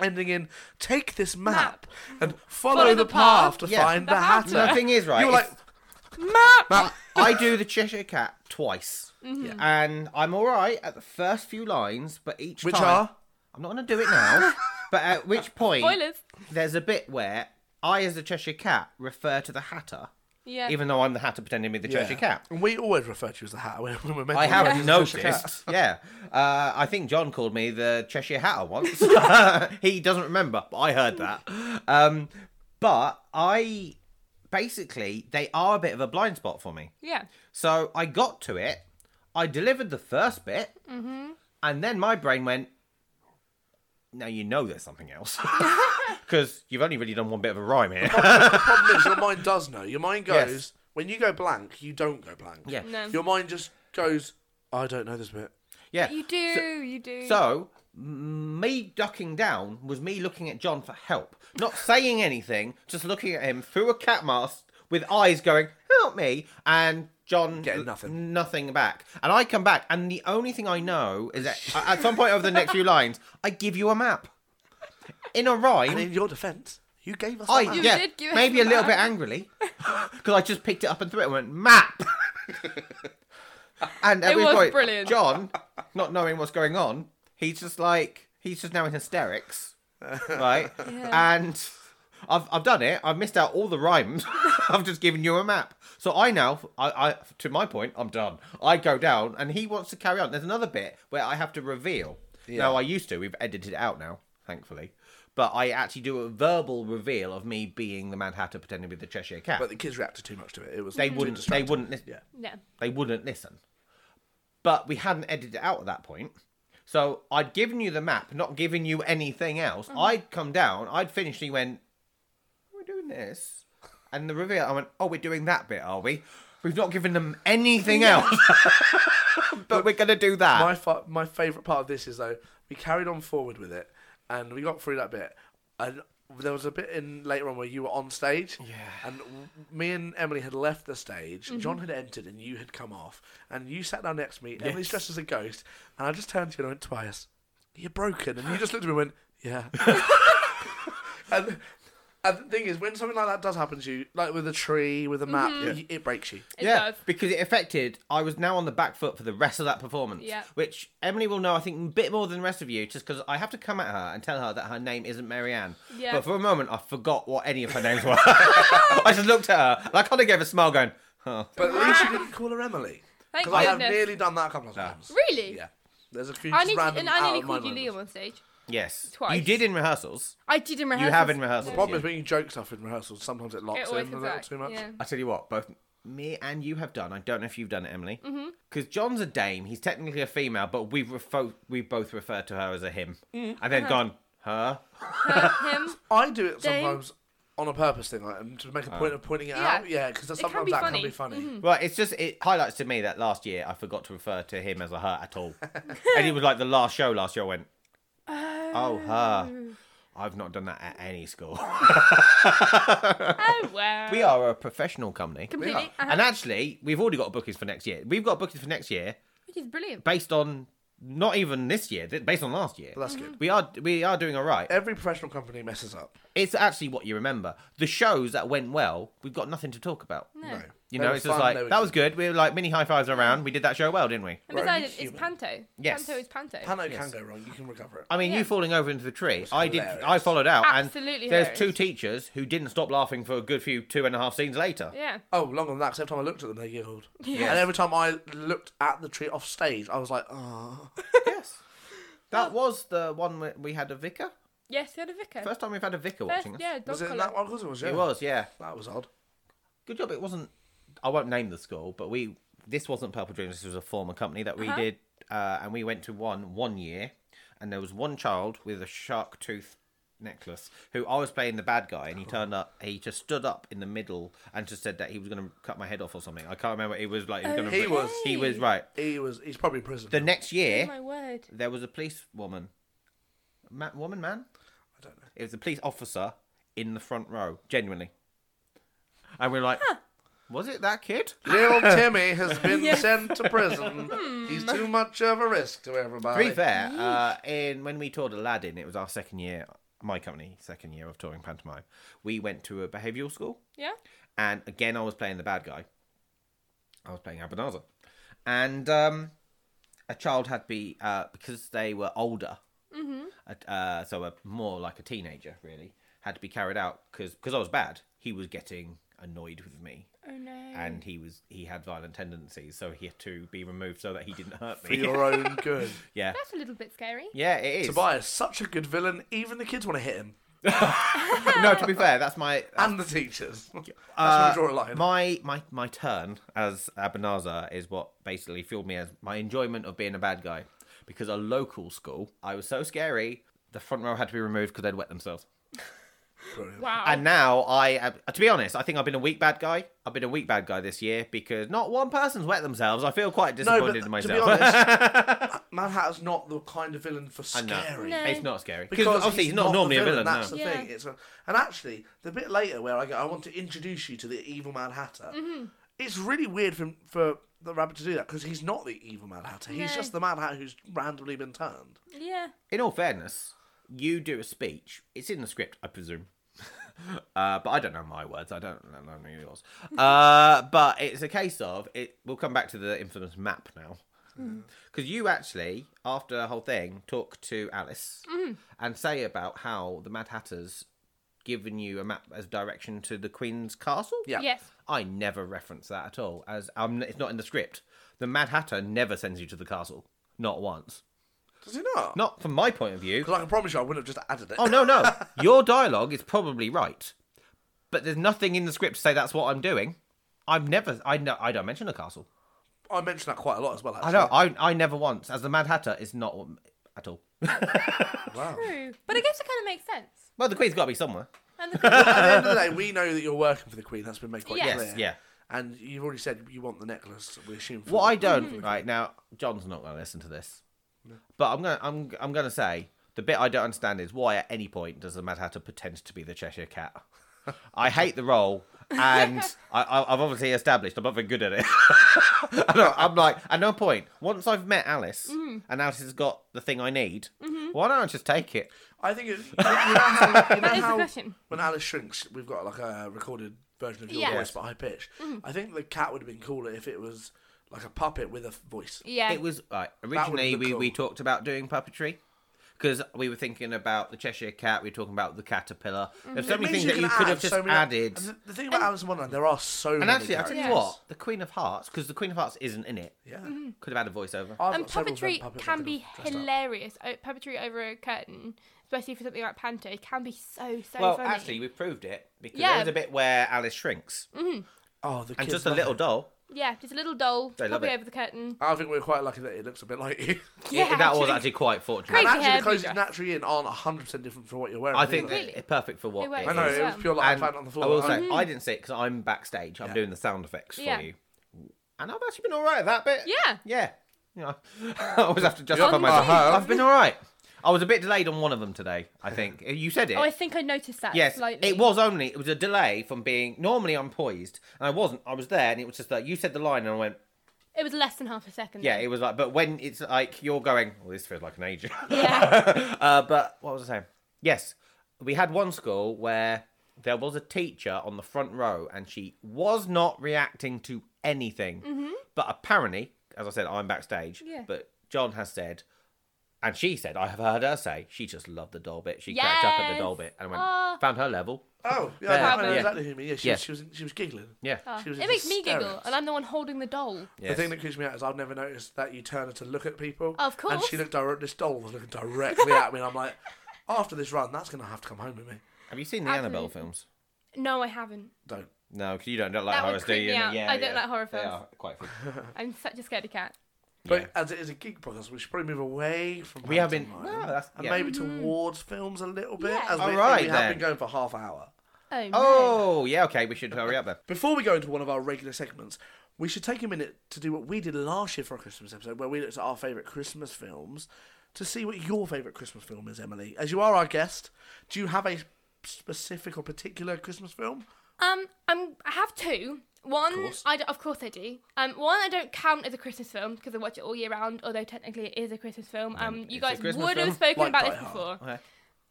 A: Ending in take this map, and follow, the, path, to
B: Yeah.
A: find
C: The
A: the, hatter.
B: No, the thing is, right,
A: You were like,
B: if-
C: Map.
B: I- I do the Cheshire Cat twice,
A: Mm-hmm.
B: and I'm all right at the first few lines, but each
A: which
B: time,
A: are?
B: I'm not going to do it now. but at which point
C: Spoilers.
B: there's a bit where I, as the Cheshire Cat, refer to the Hatter
C: Yeah.
B: Even though I'm the hatter pretending to be the Cheshire Cat.
A: And we always refer to you as the hat when when we're meant
B: I
A: to
B: have
A: refer to you as
B: noticed. Yeah, uh, I think John called me the Cheshire Hatter once. he doesn't remember, but I heard that. Um, but I basically they are a bit of a blind spot for me.
C: yeah.
B: So I got to it, I delivered the first bit, and then my brain went, "Now you know there's something else." Because you've only really done one bit of a rhyme here.
A: The problem is your mind does know. Your mind
B: Yes.
A: goes when you go blank, you don't go blank.
B: Yeah. No.
A: Your mind just goes, I don't know this bit.
B: yeah.
C: You do, you do.
B: So me ducking down was me looking at John for help, not saying anything, just looking at him through a cat mask with eyes going, "Help me!" and John
A: Getting nothing.
B: nothing back. And I come back, and the only thing I know is that at some point over the next few lines, I give you a map in a rhyme.
A: And in your defence, you gave us.
B: I
A: that.
B: yeah,
C: did give us
B: maybe
C: the
B: a little
C: map.
B: bit angrily, because I just picked it up and threw it and went map. and at
C: It
B: which
C: was
B: point,
C: brilliant.
B: John, not knowing what's going on, he's just like he's just now in hysterics, right?
C: Yeah.
B: And I've I've done it. I've missed out all the rhymes. I've just given you a map. So I now, I, I to my point, I'm done. I go down, and he wants to carry on. There's another bit where I have to reveal. Now I used to. We've edited it out now, thankfully. But I actually do a verbal reveal of me being the Mad Hatter pretending to be the Cheshire Cat.
A: But the kids reacted too much to it. It was
B: they
A: too
B: wouldn't. They
A: distracting.
B: wouldn't. Listen.
A: Yeah.
C: yeah.
B: They wouldn't listen. But we hadn't edited it out at that point. So I'd given you the map, not given you anything else. I'd come down, I'd finished, and you went, We're doing this. And the reveal, I went, Oh, we're doing that bit, are we? We've not given them anything else. but we're going to do that.
A: My fa- my favourite part of this is though we carried on forward with it, and we got through that bit, and there was a bit in later on where you were on stage,
B: Yeah.
A: and w- me and Emily had left the stage. John had entered, and you had come off, and you sat down next to me. Emily's dressed as a ghost, and I just turned to you and I went, "Tobias, you're broken," and you just looked at me and went, "Yeah." and, and the thing is, when something like that does happen to you, like with a tree, with a map, y- it breaks you.
C: It
B: yeah,
C: does.
B: because it affected. I was now on the back foot for the rest of that performance.
C: Yeah.
B: Which Emily will know, I think, a bit more than the rest of you, just because I have to come at her and tell her that her name isn't Marianne.
C: Yeah.
B: But for a moment, I forgot what any of her names were. I just looked at her, and I kind of gave a smile, going, "Huh."
A: But at least you didn't call her Emily.
C: Thank
A: Because I have
C: goodness.
A: nearly done that a couple of times.
C: Really?
A: Yeah. There's a few
C: I
A: just
C: need to,
A: random
C: and I nearly
A: out of my
C: called
A: moments.
C: you Liam on stage.
B: Yes.
C: Twice.
B: You did in rehearsals.
C: I did in rehearsal.
B: have in rehearsals.
A: The problem is when you joke stuff in rehearsals, sometimes it locks
C: It
A: in a
C: always
A: little
C: comes back.
A: too much.
C: Yeah.
B: I tell you what, both me and you have done. I don't know if you've done it, Emily.
C: Mm-hmm.
B: Because John's a dame. He's technically a female, but we've refo- we both referred to her as a him,
C: Mm.
B: and
C: Uh-huh.
B: then gone her.
C: Hurt him.
A: I do it
C: Dame.
A: sometimes on a purpose thing, like um, to make
B: Uh.
A: a point of pointing it
C: Yeah.
A: out. Yeah, because
C: can
A: sometimes
C: be
A: that
C: funny. Mm-hmm.
A: can be funny.
B: Well, it's just it highlights to me that last year I forgot to refer to him as a her at all, and it was like the last show last year. I went, oh her.
A: Oh.
B: I've not done that at any school.
C: Oh well.
B: we are a professional company,
C: completely.
A: are.
C: uh-huh,
B: and actually we've already got bookings for next year. We've got bookings for next year
C: Which is brilliant.
B: based on not even this year, th- based on last year.
A: But that's good.
B: We are we are doing all right.
A: Every professional company messes up.
B: It's actually what you remember. The shows that went well, we've got nothing to talk about.
A: No.
B: You
A: They
B: know,
A: were
B: it's just
A: fun,
B: like
A: they were
B: that was
A: good.
B: good. We were like mini high fives around. We did that show well, didn't we?
C: And
A: Right,
C: besides,
A: you
C: it's
A: human.
C: Panto.
B: Yes.
C: Panto is Panto.
A: Pano
B: Yes.
A: can go wrong. You can recover it.
B: I mean,
C: Yeah.
B: you falling over into the tree. I did. I
A: hilarious.
B: followed out,
C: Absolutely
B: and there's
C: hilarious.
B: two teachers who didn't stop laughing for a good few two and a half scenes later.
C: yeah.
A: Oh, longer than that. 'cause every time I looked at them, they giggled.
C: Yeah.
A: And every time I looked at the tree off stage, I was like, oh.
B: Yes, that was the one where we had a vicar.
C: Yes, he had a vicar.
B: First time we've had a vicar
C: First-
B: watching us.
C: yeah, dog
A: Was it in
C: collar.
A: that one? 'Cause it was, yeah.
B: It was, yeah.
A: That was odd.
B: Good job. It wasn't. I won't name the school, but we. This wasn't Purple Dreams. This was a former company that we
C: Uh-huh.
B: did, uh, and we went to one one year, and there was one child with a shark tooth necklace who I was playing the bad guy, and he turned up. He just stood up in the middle and just said that he was going to cut my head off or something. I can't remember. It was like he was, gonna
A: He was-
B: He was right.
A: He was. He's probably in prison.
B: The next year,
C: Oh my word.
B: there was a police woman, ma- woman, man.
A: I don't know.
B: It was a police officer in the front row, genuinely. And we are like, was it that kid?
A: Little Timmy has been
C: Yes.
A: sent to prison.
C: Hmm.
A: He's too much of a risk to
B: To be
A: everybody.
B: fair, uh, in when we toured Aladdin, it was our second year, my company, second year of touring pantomime. We went to a behavioural school,
C: Yeah.
B: and again, I was playing the bad guy. I was playing Abanaza, and um, a child had be uh, because they were older, uh, uh, so a, more like a teenager really, had to be carried out because I was bad. He was getting annoyed with me,
C: Oh no.
B: and he was he had violent tendencies, so he had to be removed so that he didn't hurt
A: For
B: me.
A: your own good.
B: yeah,
C: That's a little bit scary.
B: yeah, it is.
A: Tobias, such a good villain, even the kids want to hit him.
B: no, to be fair, that's my
A: And the teachers. That's where
B: Uh,
A: I draw a line.
B: My my my turn as Abanaza is what basically fueled me as my enjoyment of being a bad guy. Because a local school, I was so scary, the front row had to be removed because they'd wet themselves.
A: Brilliant.
C: Wow.
B: And now I, uh, to be honest, I think I've been a weak bad guy. I've been a weak bad guy this year because not one person's wet themselves. I feel quite
A: No,
B: disappointed
A: but
B: in
A: to be
B: myself.
A: honest, Manhattan's not the kind of villain for
B: I know.
A: scary.
C: No.
B: It's not scary because obviously he's, not,
A: the
B: normally a villain.
A: That's
B: no.
A: the
C: Yeah.
A: thing. It's a, and actually, the bit later where I go, I want to introduce you to the evil Mad Hatter.
C: Mm-hmm.
A: It's really weird for, for the rabbit to do that because he's not the evil Mad Hatter. He's
C: No.
A: just the Mad Hatter who's randomly been turned.
C: yeah.
B: In all fairness, you do a speech. It's in the script, I presume. uh, but I don't know my words. I don't know know yours. Uh, but it's a case of it. We'll come back to the infamous map now, because you actually, after the whole thing, talk to Alice and say about how the Mad Hatter's given you a map as direction to the Queen's castle.
A: Yeah.
C: Yes.
B: I never reference that at all, as um, it's not in the script. The Mad Hatter never sends you to the castle, not once.
A: Does he not?
B: Not from my point of view.
A: Because I can promise you, I wouldn't have just added it.
B: Oh no, no. Your dialogue is probably right, but there's nothing in the script to say that's what I'm doing. I've never, I know, I don't mention a castle.
A: I mentioned that quite a lot as well. Actually.
B: I don't, I, I never once. As the Mad Hatter is not at all.
A: Wow.
C: True. But I guess it kind of makes sense.
B: Well, the Queen's got to be somewhere.
C: And the
A: At the end of the day, we know that you're working for the Queen. That's been made quite
C: Yes.
A: clear.
B: Yes, yeah.
A: And you've already said you want the necklace. We assume. for
B: What I
A: the-
B: don't right now, John's not going to listen to this, but I'm gonna, I'm, I'm gonna say the bit I don't understand is why at any point does the Mad Hatter pretend to be the Cheshire Cat? I hate the role, and I, I, I've obviously established I'm not very good at it. I know, I'm like, at no point once I've met Alice and Alice has got the thing I need, why don't I just take it?
A: I think it, you know how, you know
C: That is the
A: how
C: question.
A: when Alice shrinks, we've got like a recorded version of your
C: Yeah.
A: voice, but high pitch.
C: Mm-hmm.
A: I think the cat would have been cooler if it was like a puppet with a f- voice.
C: yeah.
B: It was right,
A: would've
B: originally
A: been
B: we, we
A: cool.
B: talked about doing puppetry because we were thinking about the Cheshire Cat. We were talking about the caterpillar.
C: Mm-hmm.
B: There's so
A: It
B: many
A: means
B: things that
A: can
B: you could have
A: add
B: just
A: so many-
B: added.
A: and the, the thing about Alice in Wonderland, there are so
B: And
A: many.
B: actually, I tell you
A: characters.
B: what, the Queen of Hearts, because the Queen of Hearts isn't in it,
A: Yeah.
B: could have had a voiceover.
A: I've
C: Mm-hmm. and
A: got several of them
C: puppetry
A: puppets I
C: can
A: could
C: be
A: have dressed up.
C: hilarious. Uh, puppetry over a curtain, especially for something like Panto, can be so so
B: well,
C: funny.
B: actually, we proved it because
C: Yeah. Mm-hmm.
B: there's a bit where Alice shrinks,
A: Oh, the
B: and
A: kids
B: just a
A: love
B: little
A: it.
B: doll.
C: yeah, just a little doll
B: They love
C: popping
B: it.
C: over the curtain.
A: I think we're quite lucky that it looks a bit like you.
C: Yeah,
B: that was actually quite fortunate.
A: and
C: Crazy
A: actually,
C: hair,
A: the clothes
C: blue
A: you're
C: dress.
A: naturally in aren't 100% different from what you're wearing.
B: I think
A: either.
B: that
C: Really?
B: it's perfect for what
C: It works
B: it
A: I know,
B: is.
A: it was pure like
B: And
A: a fan on the floor. Mm.
B: I will
A: I-
B: say, I didn't see it because I'm backstage. I'm
A: Yeah.
B: doing the sound effects for
C: Yeah.
B: you, and I've actually been all right at that bit.
C: Yeah.
B: yeah. You know, I always have to justify
C: On the
B: myself.
C: tube.
B: I've been all right. I was a bit delayed on one of them today. I think you said it.
C: Oh, I think I noticed that
B: Yes,
C: slightly.
B: it was only it was a delay from being normally I'm poised and I wasn't. I was there and it was just like you said the line and I went
C: It was less than half a second.
B: yeah
C: though.
B: it was like but when it's like you're going well this feels like an age.
C: yeah.
B: uh, but what was I saying? Yes, we had one school where there was a teacher on the front row and she was not reacting to anything. But apparently, as I said, I'm backstage.
C: Mm-hmm. Yeah.
B: But John has said. And she said, I have heard her say, she just loved the doll bit. She cracked up at the
C: Yes. Ah.
B: doll bit and went,
C: Aw.
B: found her level.
A: Oh, yeah, I know
C: Yeah.
A: exactly who you mean. Yeah, she,
B: Yeah.
A: Was, she, was, she was giggling.
B: Yeah.
C: Oh,
A: She was
C: it makes me giggle,
A: hysterics.
C: and I'm the one holding the doll.
B: Yes.
A: The thing that creeps me out is I've never noticed that you turn her to look at people.
C: Of
A: And
C: course.
A: she looked direct. This doll was looking directly at me, and I'm like, after this run, that's gonna have to come home with me.
B: Have you seen the
C: Absolutely.
B: Annabelle films?
C: No, I haven't.
A: Don't.
B: No, because you don't, don't like
C: That would
B: horrors, do
C: creep
B: you?
C: me out.
B: Yeah,
C: I don't
B: yeah.
C: like horror
B: They
C: films.
B: are quite freaky.
C: I'm such a scaredy cat.
A: But
B: Yeah.
A: as it is a geek podcast, we should probably move away from.
B: we have been.
A: pantomime
B: No, that's,
A: And
B: yeah.
A: maybe towards films a little bit.
C: Mm-hmm. Yeah.
A: As we,
B: Alright
A: we have
B: then.
A: been going for half hour.
C: Oh, no.
B: Oh, yeah. Okay, we should hurry up then.
A: Before we go into one of our regular segments, we should take a minute to do what we did last year for our Christmas episode, where we looked at our favourite Christmas films to see what your favourite Christmas film is, Emily. As you are our guest, do you have a specific or particular Christmas film?
C: Um, I'm, I have two. One,
A: course.
C: I d- of course I do. Um, one I don't count as a Christmas film because I watch it all year round. Although technically it is a Christmas film. Um,
B: Mm, it's
C: you
B: a
C: guys
B: Christmas
C: would
B: film.
C: have spoken
A: Like
C: about
A: Die
C: this
A: Hard.
C: before.
B: Okay.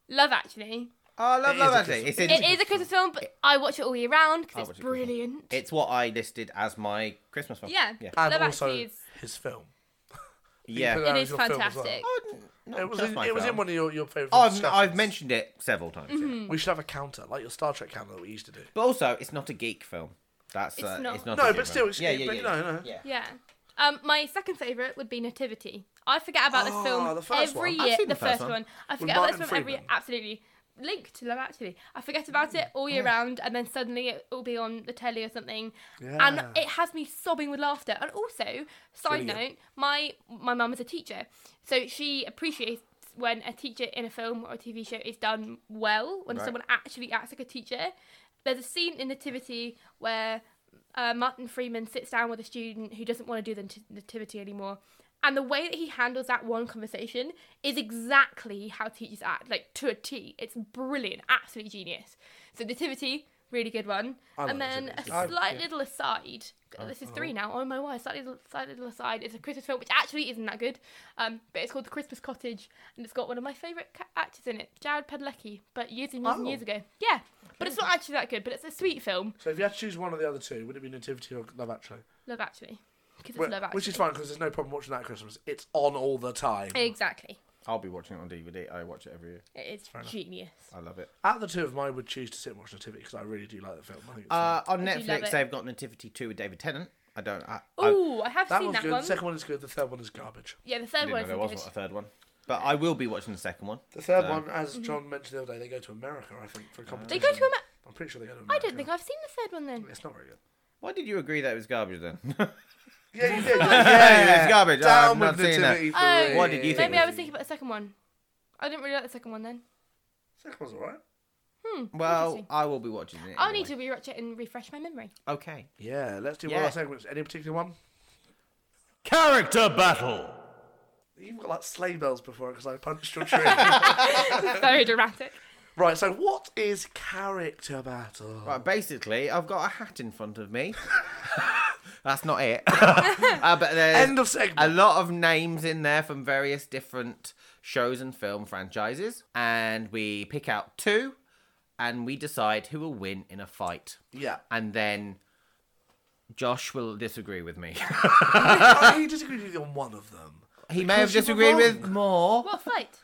C: Love Actually,
B: Oh, love,
A: It is
B: love,
A: a
B: actually.
A: Christmas
B: It's, in,
C: it is a Christmas film, but I watch it all year
B: I
C: round because
B: watch
C: it's
B: it Christmas.
C: brilliant.
B: it's what I listed as my Christmas film.
C: yeah,
B: Yeah.
A: And
C: Love
A: also
C: Actually is
A: his film.
B: Yeah.
A: put that
C: it
A: as
C: is
A: your film as well.
C: fantastic.
B: Oh,
A: it was
B: that's
A: in,
B: my
A: it was in
B: film.
A: one of your, your favorite.
B: Oh, I've, I've mentioned it several times. yeah.
C: Mm-hmm.
A: We should have a counter like your Star Trek counter that we used to do.
B: But also, it's not a geek film. That's
C: It's
B: uh,
C: not.
B: It's not
A: No,
B: a geek
A: but
B: film.
A: still, it's-
B: yeah, yeah,
A: but
B: yeah,
A: no,
B: yeah.
A: no.
B: Yeah.
C: Yeah. Um, my second favourite would be Nativity. I forget
A: Oh,
C: about this film
A: the first
C: every
A: one.
B: I've
C: year.
B: seen
C: the first one. I forget about this
A: Martin
C: film every year.
A: Freeman.
C: Absolutely. Link to Love Actually. I forget about it all year round, and then suddenly it will be on the telly or something, and
A: Yeah.
C: it has me sobbing with laughter. And also, side
A: really good.
C: note, my my mum is a teacher, so she appreciates when a teacher in a film or a TV show is done well, when
B: Right.
C: someone actually acts like a teacher. There's a scene in Nativity where uh, Martin Freeman sits down with a student who doesn't want to do the nat- nativity anymore. And the way that he handles that one conversation is exactly how teachers act, like to a T. It's brilliant, absolutely genius. So nativity, really good one.
A: I like
C: and then a
A: Nativity. I-
C: slight
A: yeah.
C: little aside. This is three now. Oh my word! Slightly, little- slightly little aside. It's a Christmas film, which actually isn't that good. Um, but it's called The Christmas Cottage, and it's got one of my favourite ca- actors in it, Jared Padalecki. But years and years and
A: Oh.
C: years ago, yeah. But it's not actually that good. But it's a sweet film.
A: So if you had to choose one or the other two, would it be Nativity or Love Actually?
C: Love Actually, because it's
A: Well,
C: Love Actually.
A: Which is fine because there's no problem watching that at Christmas. It's on all the time.
C: Exactly.
B: I'll be watching it on DVD. I watch it every year.
C: It is
A: enough.
C: genius.
B: I love it.
A: Out of the two of them, I would choose to sit and watch Nativity because I really do like the film. I think it's
B: Uh, on
C: I do love
B: Netflix,
C: it.
B: they've got Nativity 2 with David Tennant. I don't. I, I,
C: Ooh, I have
A: that
C: seen
A: one's
C: that
A: good.
C: one.
A: The second one is good. The third one is garbage.
C: Yeah, the
B: I
C: third
B: didn't
C: one
B: know there
C: is
B: wasn't
C: good.
B: a third one. But I will be watching the second one.
A: The third
B: So-
A: one, as John mentioned the other day, they go to America, I think, for a competition.
C: Mm-hmm. They go to Amer-
A: I'm pretty sure they go to America.
C: I don't think I've seen the third one then.
A: It's not very good.
B: Why did you agree that it was garbage then?
A: Yeah, you did.
B: yeah, it's garbage.
A: Down
B: I've not
A: with
B: seen that.
A: Nativity.
C: Oh,
A: three.
B: What did you think
C: Maybe I was
B: was-
C: thinking about the second one. I didn't really like the second one then.
A: Second one's alright.
B: Well,
C: Interesting.
B: I will be watching it.
C: I'll
B: anyway.
C: need to rewatch it and refresh my memory.
B: Okay.
A: Yeah, let's do
B: Yeah.
A: one last segment. Any particular one?
D: Character battle.
A: You've got like sleigh bells before because I punched your tree.
C: Very dramatic.
A: right, so what is character battle?
B: Right, basically, I've got a hat in front of me. That's not it. uh, but there's
A: End of segment.
B: a lot of names in there from various different shows and film franchises, and we pick out two, and we decide who will win in a fight.
A: Yeah.
B: And then Josh will disagree with me.
A: I disagreed with you on one of them.
B: he may have
A: Because you were
B: disagreed with
A: wrong.
B: more.
C: What fight?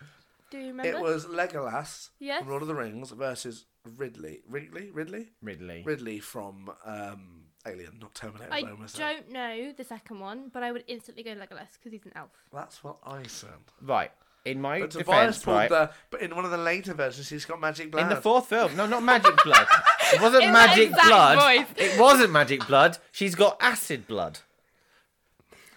C: Do you remember?
A: It was Legolas
C: Yes.
A: from Lord of the Rings versus Ridley. Ridley? Ridley?
B: Ridley.
A: Ridley from um, Alien, not Terminator.
C: I
A: what almost said.
C: don't know the second one, but I would instantly go Legolas because he's an elf.
A: That's what I said.
B: Right. In my
A: But Tobias
B: defense,
A: pulled
B: right.
A: the. But in one of the later versions, he's got magic blood.
B: In the fourth film. No, not Magic Blood. It wasn't
C: In that
B: Magic
C: exact
B: Blood.
C: voice.
B: It wasn't Magic Blood. She's got acid blood.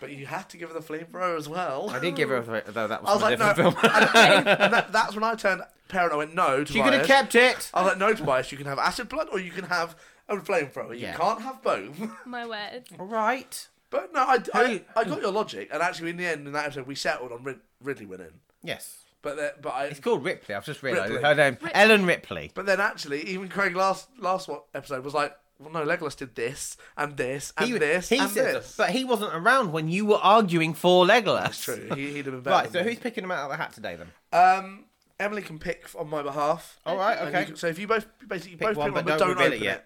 A: But you had to give her the flamethrower as well.
B: I did give her a vote, though that was,
A: I was
B: from a
A: like, no.
B: different film.
A: and that, that's when I turned parent. I went, no, Tobias.
B: she could have kept it.
A: I was like, no, Tobias. You can have acid blood, or you can have a flamethrower. You
B: Yeah.
A: can't have both.
C: My word.
B: All right.
A: but no, I, I,
B: Hey.
A: I got your logic, and actually, in the end, in that episode, we settled on Rid- Ridley winning.
B: Yes.
A: But then, but I.
B: It's called Ripley. I've just realised
A: Ripley.
B: her name. Ellen Ripley.
A: But then, actually, even Craig last last what episode was like, well, no, Legolas did this and this and this and
B: said-
A: this.
B: But he wasn't around when you were arguing for Legolas.
A: That's true. He, he'd have been better.
B: Right, so
A: than me.
B: who's picking him out of the hat today then?
A: Um, Emily can pick on my behalf.
B: All right,
A: And
B: Oh, okay.
A: you can- so if you both basically
B: Pick
A: both
B: one,
A: pick one, but
B: but don't
A: don't,
B: reveal
A: open
B: it
A: it.
B: yet.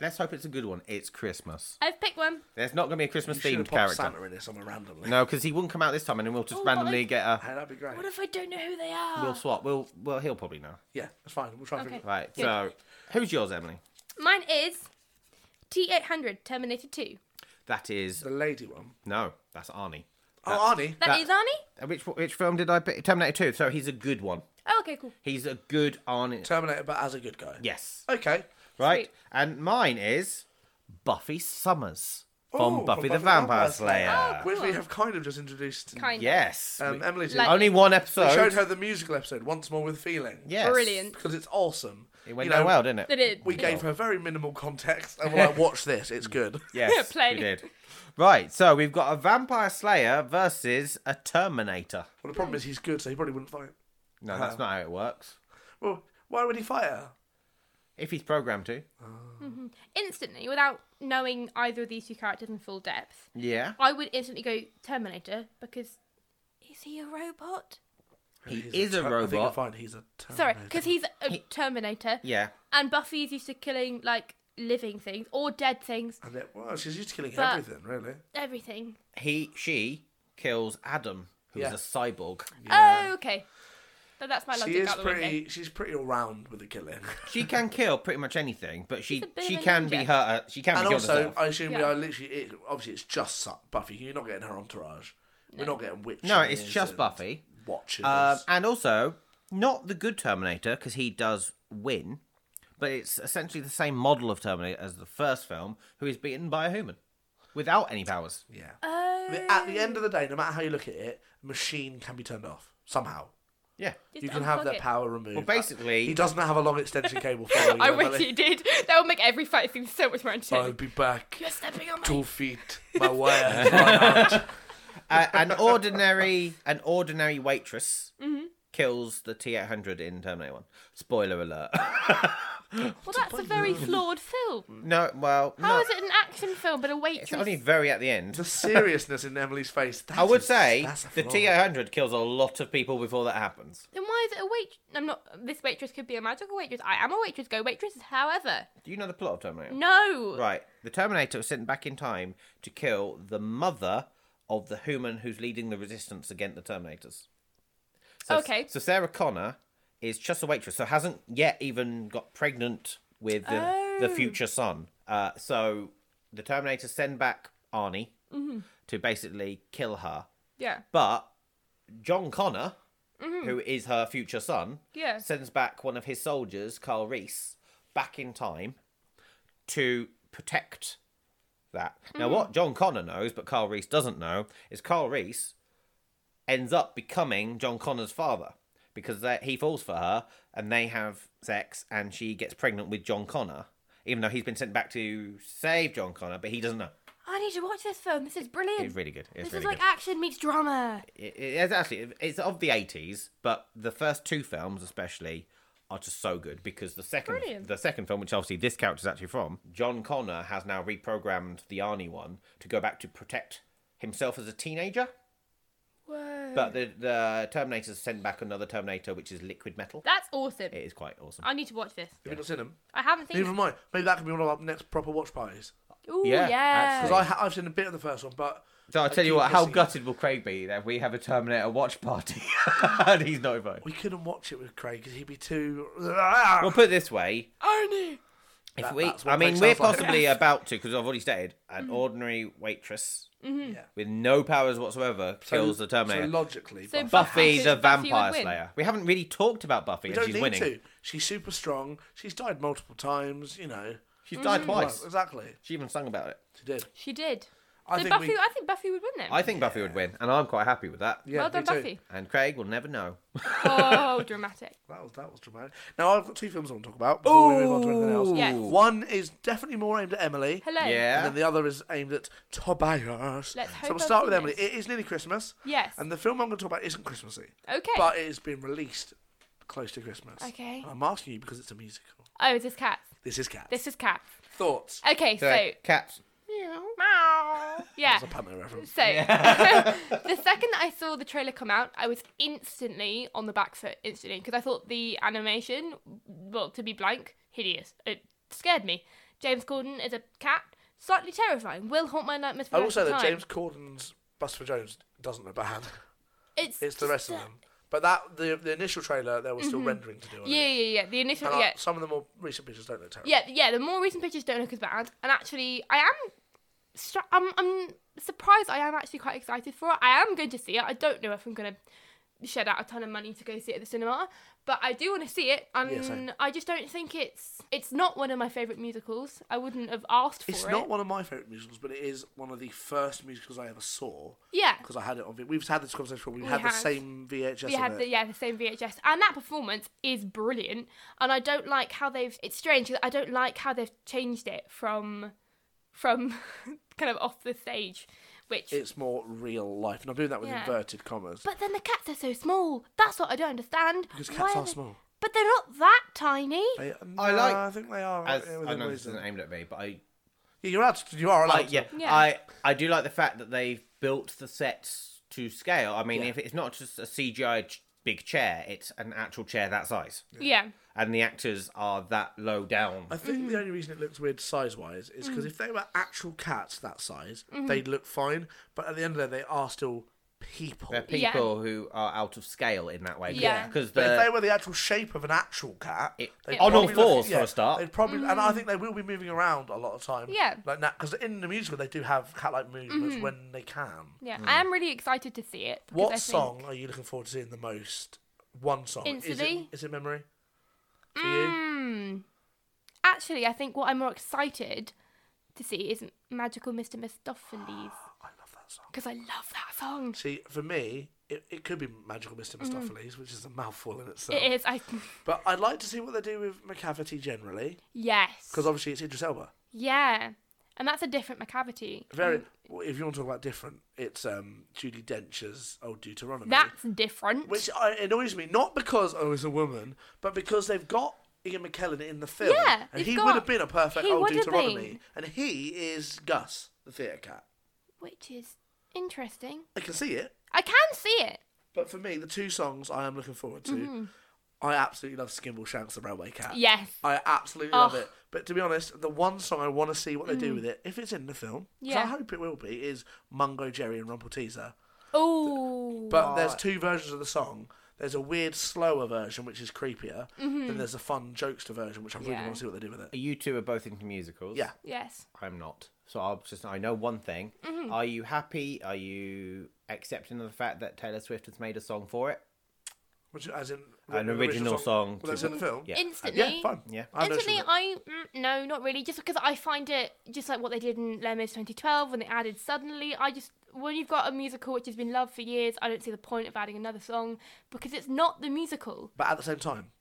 B: Let's hope it's a good one. It's Christmas.
C: I've picked one.
B: There's not going to be a Christmas
A: You should have
B: themed
A: popped
B: character.
A: Santa in there somewhere randomly.
B: No, because he wouldn't come out this time, and then we'll just
C: Oh, but
B: randomly
C: I- Ah.
B: get a.
A: Hey, that'd be great.
C: What if I don't know who they are?
B: We'll swap. We'll well, he'll probably know.
A: Yeah, that's fine. We'll try and
C: Okay.
A: figure it
B: Right.
C: Good.
B: So, who's yours, Emily?
C: Mine is T800 Terminator 2.
B: That is
A: out. The lady one.
B: no. That's Arnie.
A: Oh, Arnie.
C: that
B: That-
C: is Arnie?
B: Uh, Which which film did I pick? Terminator Two. So he's a good one.
C: Oh, okay, cool.
B: He's a good Arnie.
A: Terminator, but as a good guy.
B: yes.
A: Okay.
B: Right.
C: Sweet.
B: And mine is Buffy Summers
A: Ooh,
B: from Buffy the Vampire Slayer.
A: Which we have kind of just introduced.
C: Oh, Kind of.
B: Yes.
A: Oh, Um,
B: We-
A: Emily's
C: Like-
B: Only one
A: we showed
B: episode.
A: her the musical episode once more with feeling.
B: Yes.
C: Brilliant.
A: Because it's awesome.
B: It went
A: You
B: down
A: know,
B: well, didn't it?
C: They did.
A: We gave her very minimal context, and we're like, "Watch this. It's good."
B: Yes,
C: Play.
B: we did. Right, so we've got a Vampire Slayer versus a Terminator.
A: Well, the problem is he's good, so he probably wouldn't fight.
B: No, that's not how it works.
A: Well, why would he fight her?
B: If he's programmed to.
C: instantly without knowing either of these two characters in full depth.
B: Yeah.
C: I would instantly go Terminator because is he a robot?
B: He
A: He's
B: is a
A: ter- I think you'll
B: robot.
A: find he's a
C: Sorry,
A: Terminator.
C: because he's a Terminator.
B: Yeah.
C: And Buffy is used to killing like living things or dead things,
A: And it, well, she's used to killing
C: But-
A: everything, really.
C: everything.
B: He she kills Adam who's
A: Yeah.
B: a cyborg.
C: Oh, okay. So that's my logic
A: She is
C: out the window.
A: pretty. She's pretty all round with the killing.
B: She can kill pretty much anything, but she
C: She's a bit
B: she
C: of a
B: can be
C: ninja.
B: hurt. She can be
A: and
B: killed
A: also, uh,
B: herself.
A: I assume we
C: Yeah.
A: are literally. It, obviously, it's just su- Buffy. You're not getting her entourage. We're not getting witches.
B: No, it's just
A: and
B: Buffy.
A: Watchers.
B: Um, and also, not the good Terminator because he does win, but it's essentially the same model of Terminator as the first film, who is beaten by a human without any powers.
A: yeah.
C: Oh,
A: I mean, At the end of the day, no matter how you look at it, a machine can be turned off somehow.
B: Yeah.
C: just
A: you can have
C: unplug
A: their
C: it.
A: power removed.
B: Well, basically-
A: he doesn't have a long extension cable. following
C: I
A: him,
C: wish
A: Ellie.
C: he did. That would make every fight seem so much more
A: I'll
C: entertaining.
A: be back.
C: You're stepping on
A: Two
C: me.
A: feet. My uh, wire.
B: A- Uh, an ordinary an ordinary waitress
C: Mm-hmm.
B: kills the T eight hundred in Terminator One. Spoiler alert.
C: Well, that's a very flawed film.
B: no, well, no.
C: How is it an action film but a
B: It's
C: waitress?
B: only very at the
A: the
B: end.
A: seriousness in Emily's face.
B: I would say the T
A: T.
B: eight hundred kills a lot of people before that happens.
C: Then why is it a wait? I'm not. This waitress could be a magical waitress. I am a waitress. Go waitresses. However,
B: Do you know the plot of Terminator?
C: no.
B: Right. The Terminator was sent back in time to kill the mother of the human who's leading the resistance against the Terminators. So,
C: Okay.
B: So Sarah Connor is just a waitress, so hasn't yet even got pregnant with the, the future son. Uh, so the Terminator send back Arnie to basically kill her.
C: Yeah.
B: But John Connor, who is her future son,
C: Mm-hmm. Yeah.
B: sends back one of his soldiers, Carl Reese, back in time to protect that. Now,
C: Mm-hmm.
B: what John Connor knows, but Carl Reese doesn't know, is Carl Reese ends up becoming John Connor's father because they- he falls for her and they have sex and she gets pregnant with John Connor, even though he's been sent back to save John Connor, but he doesn't know.
C: I need to watch this film. This is brilliant.
B: It's really good. It's
C: this
B: really
C: is like
B: good.
C: action meets drama.
B: It- it- it's actually it's of the 80s but the first two films especially are just so good because the second
C: Brilliant.
B: the second film which obviously this character's actually from john connor has now reprogrammed the arnie one to go back to protect himself as a teenager
C: Whoa.
B: but the, the terminator's sent back another terminator which is liquid metal
C: That's awesome.
B: it is quite awesome
C: I need to watch this.
A: Have you not seen him?
C: I haven't seen.
A: Neither have I. Maybe that could be one of our next proper watch parties.
C: Ooh,
B: Yeah,
C: yeah.
B: absolutely.
A: Because I ha- I've seen a bit of the first one, but
B: so i'll tell you
A: keep
B: what how
A: missing it.
B: gutted will craig be that we have a terminator watch party and he's not invited
A: we couldn't watch it with Craig because he'd be too.
B: we'll put it this way
C: Arnie.
B: If
A: That-
B: we,
A: that's what
B: I
A: makes
B: mean, we're
A: us like-
B: possibly about to because I've already stated an
C: Mm-hmm.
B: ordinary waitress
A: Yeah.
B: with no powers whatsoever kills the Terminator.
A: So logically,
C: So
A: Buffy-
B: Buffy
C: Buffy-
B: the
C: Buffy would
B: Vampire
C: win. Mm.
B: Slayer. We haven't really talked about Buffy,
A: you
B: and
A: don't
B: she's
A: need
B: winning.
A: to. She's super strong. She's died multiple times. You know.
B: She's died twice.
A: Well, exactly.
B: Mm. She even sung about it.
A: She did.
C: She did.
A: I
C: so
A: think
C: Buffy,
A: we-
C: I think Buffy would win then.
B: I think Buffy would win, and I'm quite happy with that.
A: Yeah,
C: well
A: me
C: done,
A: too.
C: Buffy.
B: And Craig will never know.
C: Oh, dramatic.
A: That was that was dramatic. Now I've got two films I want to talk about before we move on to anything else.
C: Yes.
A: One is definitely more aimed at Emily.
C: Hello.
B: Yeah.
A: And then the other is aimed at Tobias.
C: Let's hope
A: so we'll
C: I've
A: start with
C: seen
A: Emily.
C: this.
A: It is nearly Christmas.
C: Yes.
A: And the film I'm going to talk about isn't Christmassy,
C: Okay.
A: but it has been released close to Christmas.
C: Okay.
A: And I'm asking you because it's a musical.
C: oh, is this cats?
A: This is Cats.
C: This is cats.
A: Thoughts?
C: Okay, so,
B: So, cats.
C: meow. Yeah.
A: That's a Pamela reference.
C: So the second that I saw the trailer come out, I was instantly on the back foot instantly because I thought the animation, well, to be blank, hideous. It scared me. James Corden is a cat, slightly terrifying. Will haunt my nightmares for
A: I
C: the
A: will
C: rest
A: say
C: of
A: that
C: time.
A: James Corden's Buster Jones doesn't look bad.
C: It's
A: It's the
C: just
A: rest of
C: a-
A: them. But that the the initial trailer there was still rendering to do. on it.
C: Mm-hmm. Yeah, yeah, yeah. The initial,
A: And I-
C: yeah,
A: Some of the more recent pictures don't look terrible.
C: yeah, yeah. The more recent pictures don't look as bad, and actually, I am, stra- I'm, I'm surprised. I am actually quite excited for it. I am going to see it. I don't know if I'm gonna shed out a ton of money to go see it at the cinema, but I do want to see it, and
A: Yeah, same.
C: I just don't think it's, it's not one of my favorite musicals. I wouldn't have asked for
A: It's
C: it.
A: not one of my favourite musicals, but it is one of the first musicals I ever saw.
C: Yeah.
A: Because I had it on. V- We've had this conversation before. We,
C: We
A: had the
C: have.
A: same VHS.
C: we
A: of
C: had
A: it.
C: the yeah the same VHS, and that performance is brilliant. And I don't like how they've. It's strange. 'cause I don't like how they've changed it from, from, kind of off the stage, which.
A: It's more real life, and I'm doing that with
C: Yeah.
A: inverted commas.
C: but then the cats are so small. That's what I don't understand.
A: because
C: Why
A: cats are
C: they-
A: small.
C: But they're not that tiny.
A: They,
B: I
A: no,
B: like-
A: I think they are.
B: As,
A: yeah,
B: I
A: within
B: know this
A: reason.
B: isn't aimed at me, but I,
A: Yeah, you're out. You are
B: I
A: allowed.
B: yeah,
A: to.
C: Yeah.
B: I, I do like the fact that they've built the sets to scale. I mean,
A: Yeah.
B: if it's not just a CGI ch- big chair, it's an actual chair that size.
C: Yeah.
B: and the actors are that low down.
A: I think
C: Mm.
A: the only reason it looks weird size wise is
C: Mm-hmm.
A: because if they were actual cats that size, they'd look fine. But at the end of the day, they are still people.
B: They're
C: Yeah.
B: people who are out of scale in that way.
C: Yeah.
B: Because
A: But if they
B: the
A: were the actual shape of an actual cat,
B: It-
A: they'd
B: on all
A: probably look-
B: fours for a start.
A: They'd probably, and I think they will be moving around a lot of time.
C: Mm. Yeah.
A: like that because in the musical they do have cat-like movements when they can.
C: Yeah, I am really excited to see it. because I
A: Hmm. What
C: think-
A: song are you looking forward to seeing the most? One song. Is it,
C: Instantly?
A: is it memory? For
C: Mm.
A: you?
C: Actually, I think what I'm more excited to see is Magical Mr. Mistopheles
A: I love that song.
C: because I love that song.
A: See, for me, it, it could be Magical Mr. Mistopheles, which is a mouthful in itself.
C: Mm. It is. I
A: But I'd like to see what they do with McCavity generally,
C: yes.
A: because obviously it's Idris Elba.
C: yeah, and that's a different macavity.
A: Very. well, if you want to talk about different, it's um, Judy Dench's old Deuteronomy.
C: That's different.
A: which I, annoys me not because I was a woman, but because they've got Ian McKellen in the film,
C: Yeah,
A: and
C: they've
A: he
C: got-
A: would have been a perfect
C: he
A: old
C: would have
A: Deuteronomy,
C: been.
A: and he is Gus, the theatre cat.
C: which is interesting.
A: I can see it,
C: I can see it.
A: but for me, the two songs I am looking forward to, I absolutely love Skimble Shanks the Railway Cat.
C: Mm-hmm. Yes.
A: I absolutely love
C: Oh.
A: it. But to be honest, the one song I want to see what they do with it, if it's in the film, 'cause I
C: Mm. Yeah.
A: hope it will be, is Mungo Jerry and Rumple Teaser.
C: Oh.
A: But there's two versions of the song. There's a weird, slower version, which is creepier, and there's a fun, jokester version, which I really
C: Mm-hmm. Yeah.
A: want to see what they do with it.
B: you two are both into musicals.
A: Yeah.
C: yes.
B: I'm not. So I'll just I know one thing.
C: Mm-hmm.
B: Are you happy? Are you accepting of the fact that Taylor Swift has made a song for it?
A: Which, as in
B: An original song
A: Well, that's
B: to-
A: in the film.
B: Yeah.
C: Instantly.
A: Yeah, fine.
B: Yeah.
A: I have no issue
C: Instantly,
A: with it.
C: I mm, no, not really. Just because I find it just like what they did in Les Mis 2012 when they added suddenly. I just when you've got a musical which has been loved for years, I don't see the point of adding another song because it's not the musical.
A: But at the same time,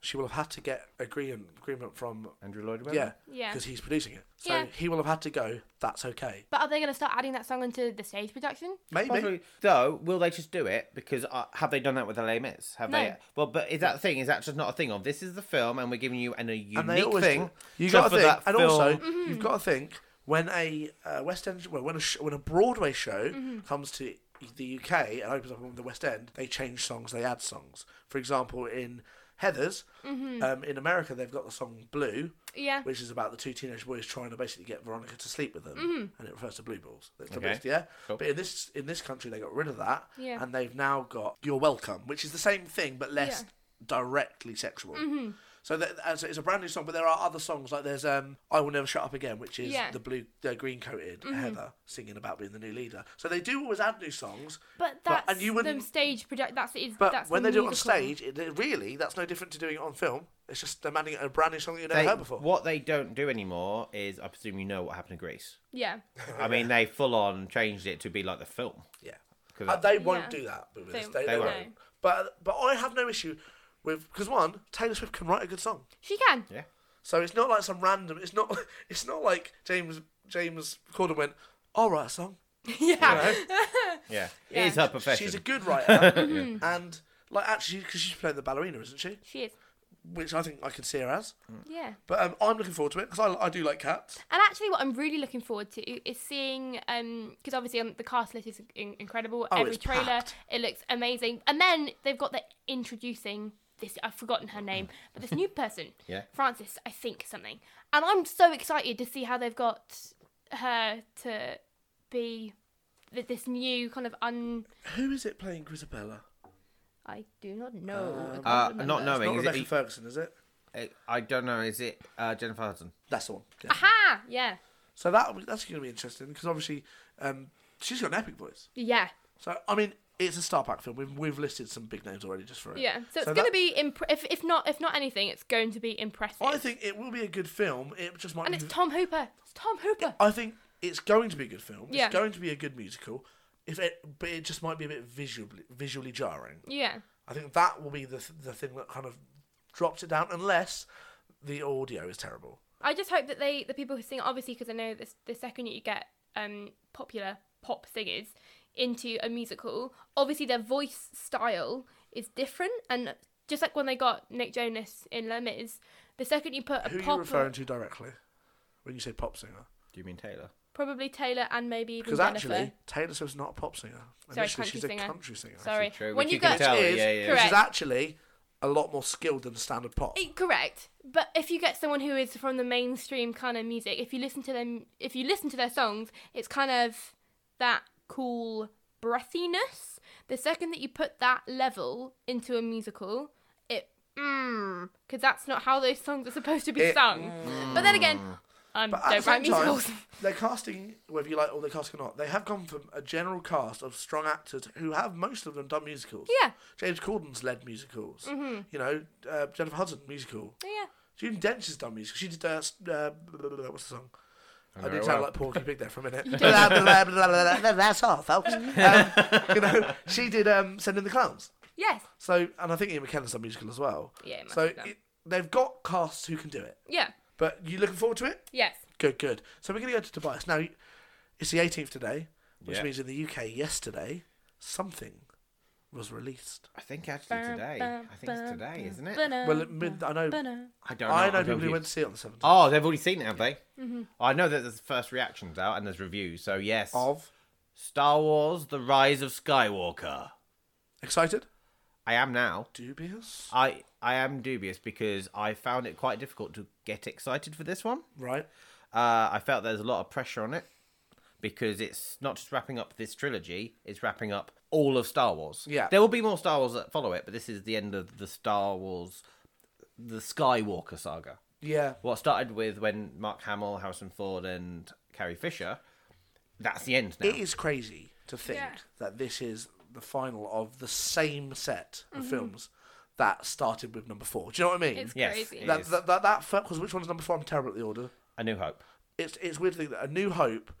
A: she will have had to get agreement agreement from
B: Andrew Lloyd Webber.
A: yeah,
C: Yeah.
A: because he's producing it. So
C: Yeah.
A: he will have had to go. That's okay.
C: But are they going to start adding that song into the stage production?
A: Maybe.
B: Possibly. Though, will they just do it? Because uh, have they done that with the Les Mis? Have they?
C: No.
B: Well, but is that the thing? Is that just not a thing of this is the film and we're giving you an, a
A: And they
B: unique
A: always
B: thing?
A: do. You
B: just
A: got to
B: for
A: think,
B: that
A: and also
B: film? Mhm.
A: you've got to think when a uh, West End, well, when a sh- when a Broadway show
B: Mhm.
A: comes to the UK and opens up on the West End, they change songs, they add songs. For example, in Heather's,
B: Mhm.
A: um, in America, they've got the song Blue,
C: Yeah.
A: which is about the two teenage boys trying to basically get Veronica to sleep with them,
C: Mm-hmm.
A: and it refers to blue balls. That's the
B: Okay.
A: best, yeah.
B: Cool.
A: But in this in this country, they got rid of that,
C: Yeah.
A: and they've now got You're Welcome, which is the same thing but less
C: Yeah. Mm-hmm.
A: directly sexual. So that as it's a brand new song, but there are other songs like there's um I will never shut up again, which is
C: Yeah. Mm-hmm.
A: the blue the green coated Heather singing about being the new leader. So they do always add new songs,
C: But that's
A: and you
C: them
A: wouldn't.
C: stage project. That's it. is-
A: But
C: that's
A: when
C: the
A: they do it on
C: musical.
A: stage, it, it really that's no different to doing it on film. It's just they're adding a brand new song that you've never
B: They-
A: heard before.
B: what they don't do anymore is, I presume you know what happened to Greece.
C: yeah,
B: I mean, they full on changed it to be like the film.
A: Yeah.
B: 'Cause
A: Uh,
B: that-
A: they won't
C: Yeah.
A: do that with
C: They-
A: this. They,
B: They
A: they
B: won't.
A: won't. But but I have no issue with because one Taylor Swift can write a good song,
C: she can.
B: Yeah.
A: so it's not like some random. It's not it's not like James James Corden went, "I'll write a song."
C: Yeah,
B: Yeah.
C: Yeah.
B: It is her profession.
A: She's a good writer, and like actually because she's playing the ballerina, isn't she?
C: she is.
A: Which I think I could see her as.
C: Yeah.
A: But um, I'm looking forward to it because I, I do like cats.
C: And actually, what I'm really looking forward to is seeing, because obviously um, the cast list is in- incredible.
A: Oh,
C: Every
A: it's
C: trailer,
A: packed.
C: it looks amazing. And then they've got the introducing this. I've forgotten her name, but this new person,
B: Yeah.
C: Francis, I think something. And I'm so excited to see how they've got her to be th- this new kind of un.
A: Who is it playing Grisabella?
C: I do not know. I can't
B: uh,
C: remember.
B: not
A: It's
B: knowing.
A: not
B: Is
A: Rebecca
B: it,
A: Ferguson, is E- it?
B: I- I don't know. Is it uh, Jennifer Hudson?
A: That's the one. Yeah.
C: Aha! Yeah.
A: So that that's going to be interesting because obviously um, she's got an epic voice.
C: Yeah.
A: So I mean, it's a star pack film. We've, we've listed some big names already just for it.
C: Yeah. So it's
A: that-
C: going to be imp- if if not if not anything, it's going to be impressive.
A: I think it will be a good film. It just might.
C: And
A: be,
C: it's Tom Hooper. It's Tom Hooper.
A: I think it's going to be a good film.
C: Yeah.
A: It's going to be a good musical. If it, but it just might be a bit visually visually jarring.
C: Yeah.
A: I think that will be the th- the thing that kind of drops it down, unless the audio is terrible.
C: I just hope that they, the people who sing, obviously, because I know this, the second you get um, popular pop singers into a musical, obviously their voice style is different. And just like when they got Nick Jonas in Les Mis, the second you put a
A: Who are you
C: pop,
A: referring to directly when you say pop singer?
B: Do you mean Taylor?
C: probably Taylor and maybe even
A: Because
C: Jennifer.
A: actually, Taylor Swift's not a pop singer.
C: Sorry,
A: Initially,
C: country
A: she's a
C: singer.
A: country singer.
C: Sorry,
B: True, which
C: when you,
B: you
C: go,
B: can tell.
A: Is,
B: Yeah, yeah.
A: Which
C: Correct.
A: is actually a lot more skilled than standard pop.
C: Eh, Correct, but if you get someone who is from the mainstream kind of music, if you listen to them, if you listen to their songs, it's kind of that cool breathiness. The second that you put that level into a musical, it mmm, because that's not how those songs are supposed to be
A: It- Mm.
C: sung. But then again, I
A: But at the
C: don't write
A: same time,
C: musicals.
A: they're casting, whether you like all the cast or not, they have gone from a general cast of strong actors who have most of them done musicals.
C: Yeah. Mm-hmm.
A: James Corden's led musicals. You know, uh, Jennifer Hudson, musical.
C: yeah.
A: June Dench has done music. She did uh, s- uh, blah, blah, blah, blah, what's the song? I,
B: know
A: did
B: it
A: sound
B: well.
A: like Porky Pig there for a minute. Blah, blah, blah, blah, blah, blah, blah, That's all, folks. Um, you know, she did um, Sending the Clowns.
C: Yes.
A: So, and I think Ian McKellen's done musical as well.
C: Yeah, he must
A: So
C: have done.
A: it, they've got casts who can do it.
C: Yeah.
A: But you looking forward to it?
C: Yes.
A: Good, good. So we're going to go to Tobias now. It's the 18th today, which
B: Yeah.
A: means in the UK yesterday, something was released.
B: I think actually today. I think it's today, isn't it?
C: Uh,
A: Well, it, mid- I know.
B: I don't know.
A: I know
B: I'm
A: people who
B: confused.
A: went to see it on the 17th.
B: Oh, they've already seen it, have they?
A: Mm-hmm.
B: I know that there's first reactions out and there's reviews. So yes,
A: Of
B: Star Wars: The Rise of Skywalker. Oh.
A: excited,
B: I am now.
A: dubious,
B: I I am dubious because I found it quite difficult to get excited for this one.
A: right?
B: Uh, I felt there's a lot of pressure on it because it's not just wrapping up this trilogy; it's wrapping up all of Star Wars.
A: Yeah.
B: there will be more Star Wars that follow it, but this is the end of the Star Wars, the Skywalker saga.
A: Yeah.
B: What started with when Mark Hamill, Harrison Ford, and Carrie Fisher. That's the end now.
A: It is crazy to think
C: Yeah.
A: that this is the final of the same set of films that started with number four. Do you know what I mean?
C: It's
B: Yes,
C: crazy.
B: it
A: that,
B: is.
A: that that that because which one's number four? I'm terrible at the order.
B: A New Hope.
A: It's it's weird to think that A New Hope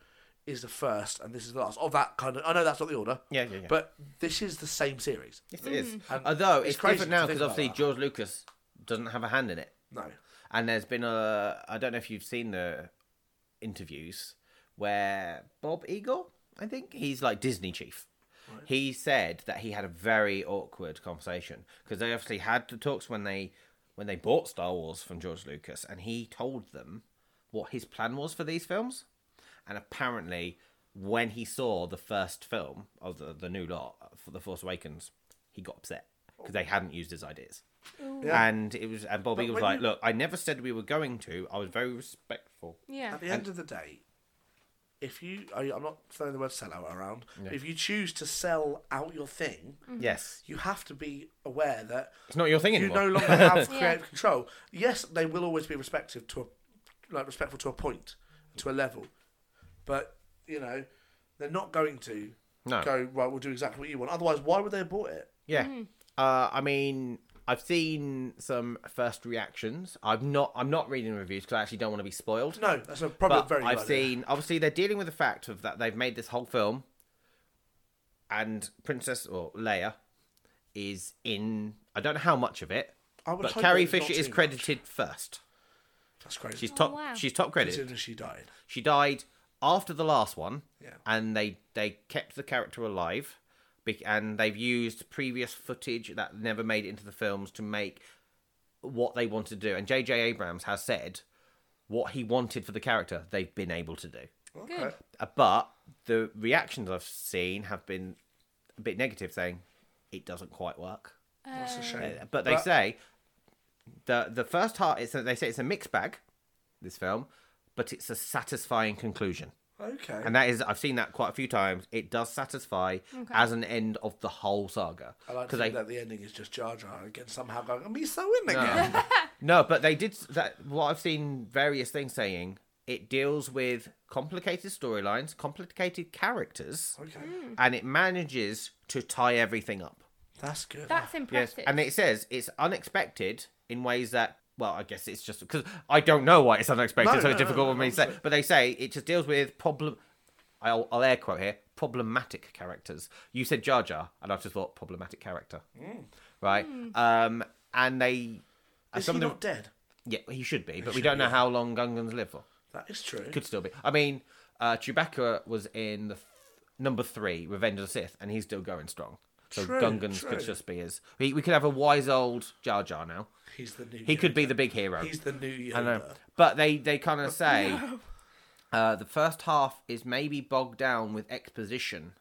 A: is the first and this is the last of that kind of. I know that's not the order.
B: Yeah, yeah, yeah.
A: But this is the same series.
B: Yes, it is. Although
A: Mm.
B: it's,
A: it's crazy
B: different
A: to
B: now
A: think
B: because
A: about
B: obviously
A: that.
B: George Lucas doesn't have a hand in it.
A: No.
B: And there's been a I don't know if you've seen the interviews where Bob Eagle, I think he's like Disney chief. He said that he had a very awkward conversation because they obviously had the talks when they when they bought Star Wars from George Lucas and he told them what his plan was for these films. And apparently when he saw the first film of the, the new lot for The Force Awakens, he got upset because they hadn't used his ideas.
A: Oh. Yeah.
B: And it was and Bob Eagle was
A: when
B: like,
A: you-
B: "Look, I never said we were going to. I was very respectful."
C: Yeah.
A: At the end of the day, if you, I- I'm not throwing the word sellout around. but If you choose to sell out your thing,
C: Mm.
B: Yes,
A: you have to be aware that
B: it's not your thing
A: you
B: anymore.
A: no longer have
C: Yeah.
A: creative control. Yes, they will always be respective to a, like respectful to a point, to a level, but you know they're not going to
B: No.
A: go right. We'll do exactly what you want. Otherwise, why would they have bought it?
B: yeah, uh, I mean, I've seen some first reactions. I'm not. I'm not reading reviews because I actually don't want to be spoiled.
A: No, that's a probably a
B: but
A: very.
B: I've
A: good idea.
B: seen. Obviously, they're dealing with the fact of that they've made this whole film, and Princess or Leia is in. I don't know how much of it,
A: I would
B: but
A: hope that
B: Carrie
A: it's not
B: Fisher is
A: too much.
B: credited first.
A: That's crazy.
B: She's top.
C: wow.
B: She's top credited.
A: Considering she died.
B: She died after the last one,
A: Yeah.
B: and they they kept the character alive, be- and they've used previous footage that never made it into the films to make what they wanted to do. And J.J. Abrams has said what he wanted for the character. They've been able to do,
A: Okay.
B: Uh, but the reactions I've seen have been a bit negative, saying it doesn't quite work.
A: That's a shame.
B: Uh, but they
A: But-
B: say the the first half. It's a, they say it's a mixed bag. This film, but it's a satisfying conclusion.
A: Okay.
B: And that is, I've seen that quite a few times. It does satisfy as an end of the whole saga.
A: I like to
B: 'Cause
A: think
B: they-
A: that the ending is just Jar Jar again somehow going, and he's so in again.
B: no, but they did that. What I've seen various things saying, it deals with complicated storylines, complicated characters,
A: Okay.
B: and it manages to tie everything up.
A: That's good.
B: Yes,
C: That's impressive.
B: and it says it's unexpected in ways that. Well, I guess it's just because I don't know why it's
A: No,
B: unexpected, so it's
A: no, no,
B: difficult
A: no,
B: for me to say. But they say it just deals with problem. I'll, I'll air quote here: problematic characters. You said Jar Jar, and I've just thought problematic character, right? Um, and they, and
A: Mm. is he
B: some of them,
A: not dead?
B: yeah, he should be, but we
A: should
B: don't
A: be.
B: know how long Gungans live for.
A: That is true.
B: Could still be. I mean, uh, Chewbacca was in the th- number three, Revenge of the Sith, and he's still going strong. So
A: True,
B: Gungans
A: true.
B: could just be his. We, we could have a wise old Jar Jar now.
A: he's the new.
B: He could be
A: Yoda.
B: the big hero.
A: He's Oh, the new. Yoda.
B: I know, but they they kind of say uh, the first half is maybe bogged down with exposition,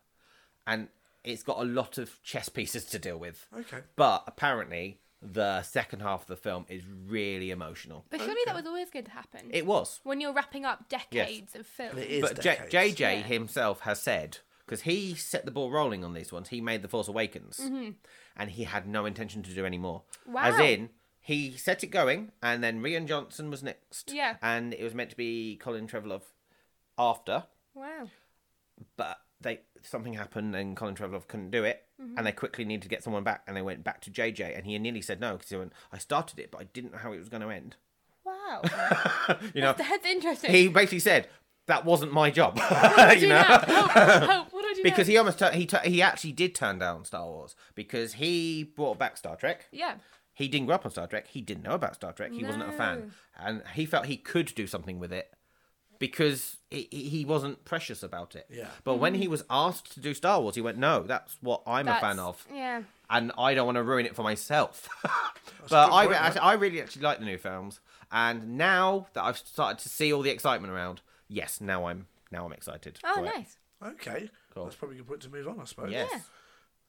B: and it's got a lot of chess pieces to deal with.
A: Okay.
B: But apparently, the second half of the film is really emotional.
C: but surely that was always going to happen.
B: It was.
C: when you're wrapping up decades of film.
A: It is
B: But J-
A: decades.
B: JJ
C: Yeah.
B: himself has said because he set the ball rolling on these ones. He made The Force Awakens, and he had no intention to do any more. As
C: Mm-hmm. Wow.
B: in, he set it going, and then Rian Johnson was next.
C: Yeah.
B: and it was meant to be Colin Trevorrow after,
C: Wow.
B: but they something happened and Colin Trevorrow couldn't do it,
C: Mm-hmm.
B: and they quickly needed to get someone back, and they went back to JJ, and he nearly said no because he went, "I started it, but I didn't know how it was going to end."
C: Wow.
B: You know,
C: That's interesting.
B: he basically said that wasn't my job.
C: What do
B: you
C: you
B: know.
C: Hope, hope, what did you
B: Because
C: know?
B: he almost tur- he tur- he actually did turn down Star Wars because he brought back Star Trek.
C: Yeah.
B: He didn't grow up on Star Trek. He didn't know about Star Trek. He wasn't a fan, and he felt he could do something with it because he, he he wasn't precious about it.
A: Yeah.
B: But when he was asked to do Star Wars, he went, "No, that's what I'm a fan
C: Mm-hmm. That's-
B: of,
C: Yeah.
B: and I don't want to ruin it for myself." but
A: good
B: I
A: point,
B: I,
A: man.
B: I really actually like the new films, and now that I've started to see all the excitement around, yes, now I'm now I'm excited.
C: Oh,
B: for it.
C: nice.
A: Okay. That's probably a good point to move on, I suppose.
B: Yes.
C: Yeah.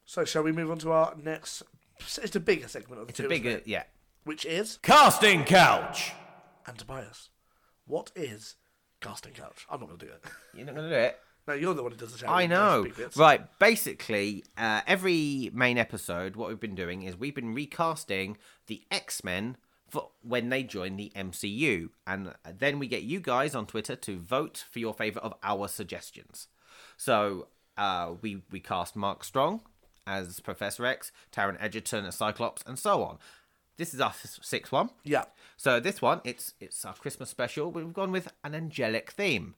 A: So shall we move on to our next? It's a bigger segment of the
B: It's
A: two,
B: a
A: isn't
B: bigger,
A: it?
B: yeah.
A: which is
D: Casting Couch.
A: and Tobias. What is casting couch? I'm not going to do it.
B: You're not gonna do it.
A: No, you're the one who does the show.
B: I
A: You
B: know.
A: speak bits.
B: Right. Basically, uh, every main episode, what we've been doing is we've been recasting the X Men for when they join the MCU, and then we get you guys on Twitter to vote for your favorite of our suggestions. So uh, we we cast Mark Strong as Professor X, Taron Egerton as Cyclops, and so on. This is our s- sixth one.
A: Yeah.
B: So this one, it's it's our Christmas special. We've gone with an angelic theme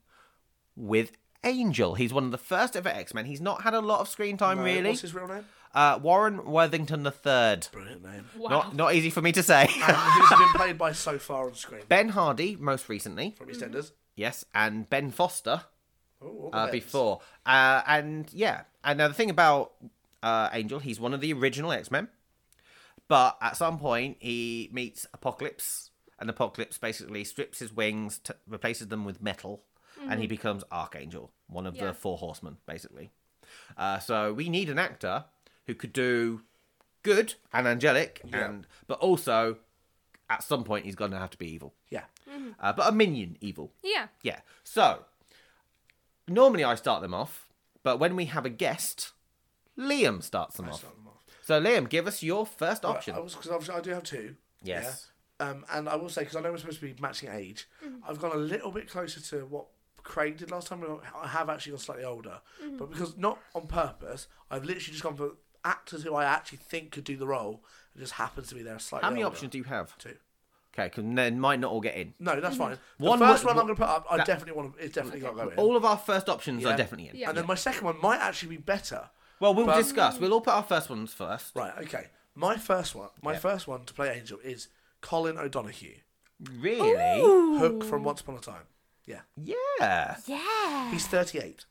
B: with Angel. He's one of the first ever X Men. He's not had a lot of screen time
A: Uh,
B: really.
A: What's his real name?
B: Uh, Warren Worthington the third.
A: Brilliant name.
C: Wow.
B: Not not easy for me to say.
A: Who's he been played by so far on screen?
B: ben Hardy most recently,
A: From EastEnders.
B: yes, and Ben Foster
A: Oh, what
B: Mm-hmm. uh,
A: the heck?
B: before. Uh, and yeah, and now the thing about uh, Angel, he's one of the original X Men, but at some point he meets Apocalypse, and Apocalypse basically strips his wings, t- replaces them with metal, and he becomes Archangel, one of
C: Yeah.
B: the Four Horsemen, basically. Uh, so we need an actor who could do good and angelic, and but also at some point he's going to have to be evil,
A: Yeah.
B: uh, but a minion evil.
C: Yeah.
B: Yeah. So normally I start them off, but when we have a guest, Liam starts them off.
A: Start them off.
B: So Liam, give us your first option.
A: I was because I do have two.
B: Yes.
A: Yeah? Um, and I will say because I know we're supposed to be matching age, I've gone a little bit closer to what Craig did last time. I have actually gone slightly older, but because not on purpose, I've literally just gone for actors who I actually think could do the role. It just happens to be there slightly.
B: How many
A: older.
B: options do you have?
A: Two.
B: Okay, because then might not all get in.
A: No, that's fine. The
B: One
A: first
B: would-
A: one I'm going to put up, I
B: that-
A: definitely want to. It's definitely got to go in.
B: All of our first options
A: Yeah.
B: are definitely in.
C: Yeah.
A: And then my second one might actually be better.
B: Well, we'll
A: But-
B: discuss. We'll all put our first ones first.
A: Right. Okay. My first one. My first one to play Angel is Colin O'Donoghue,
B: Really?
A: Hook from Once Upon a Time. Yeah.
B: Yeah.
C: Yeah.
A: He's 38.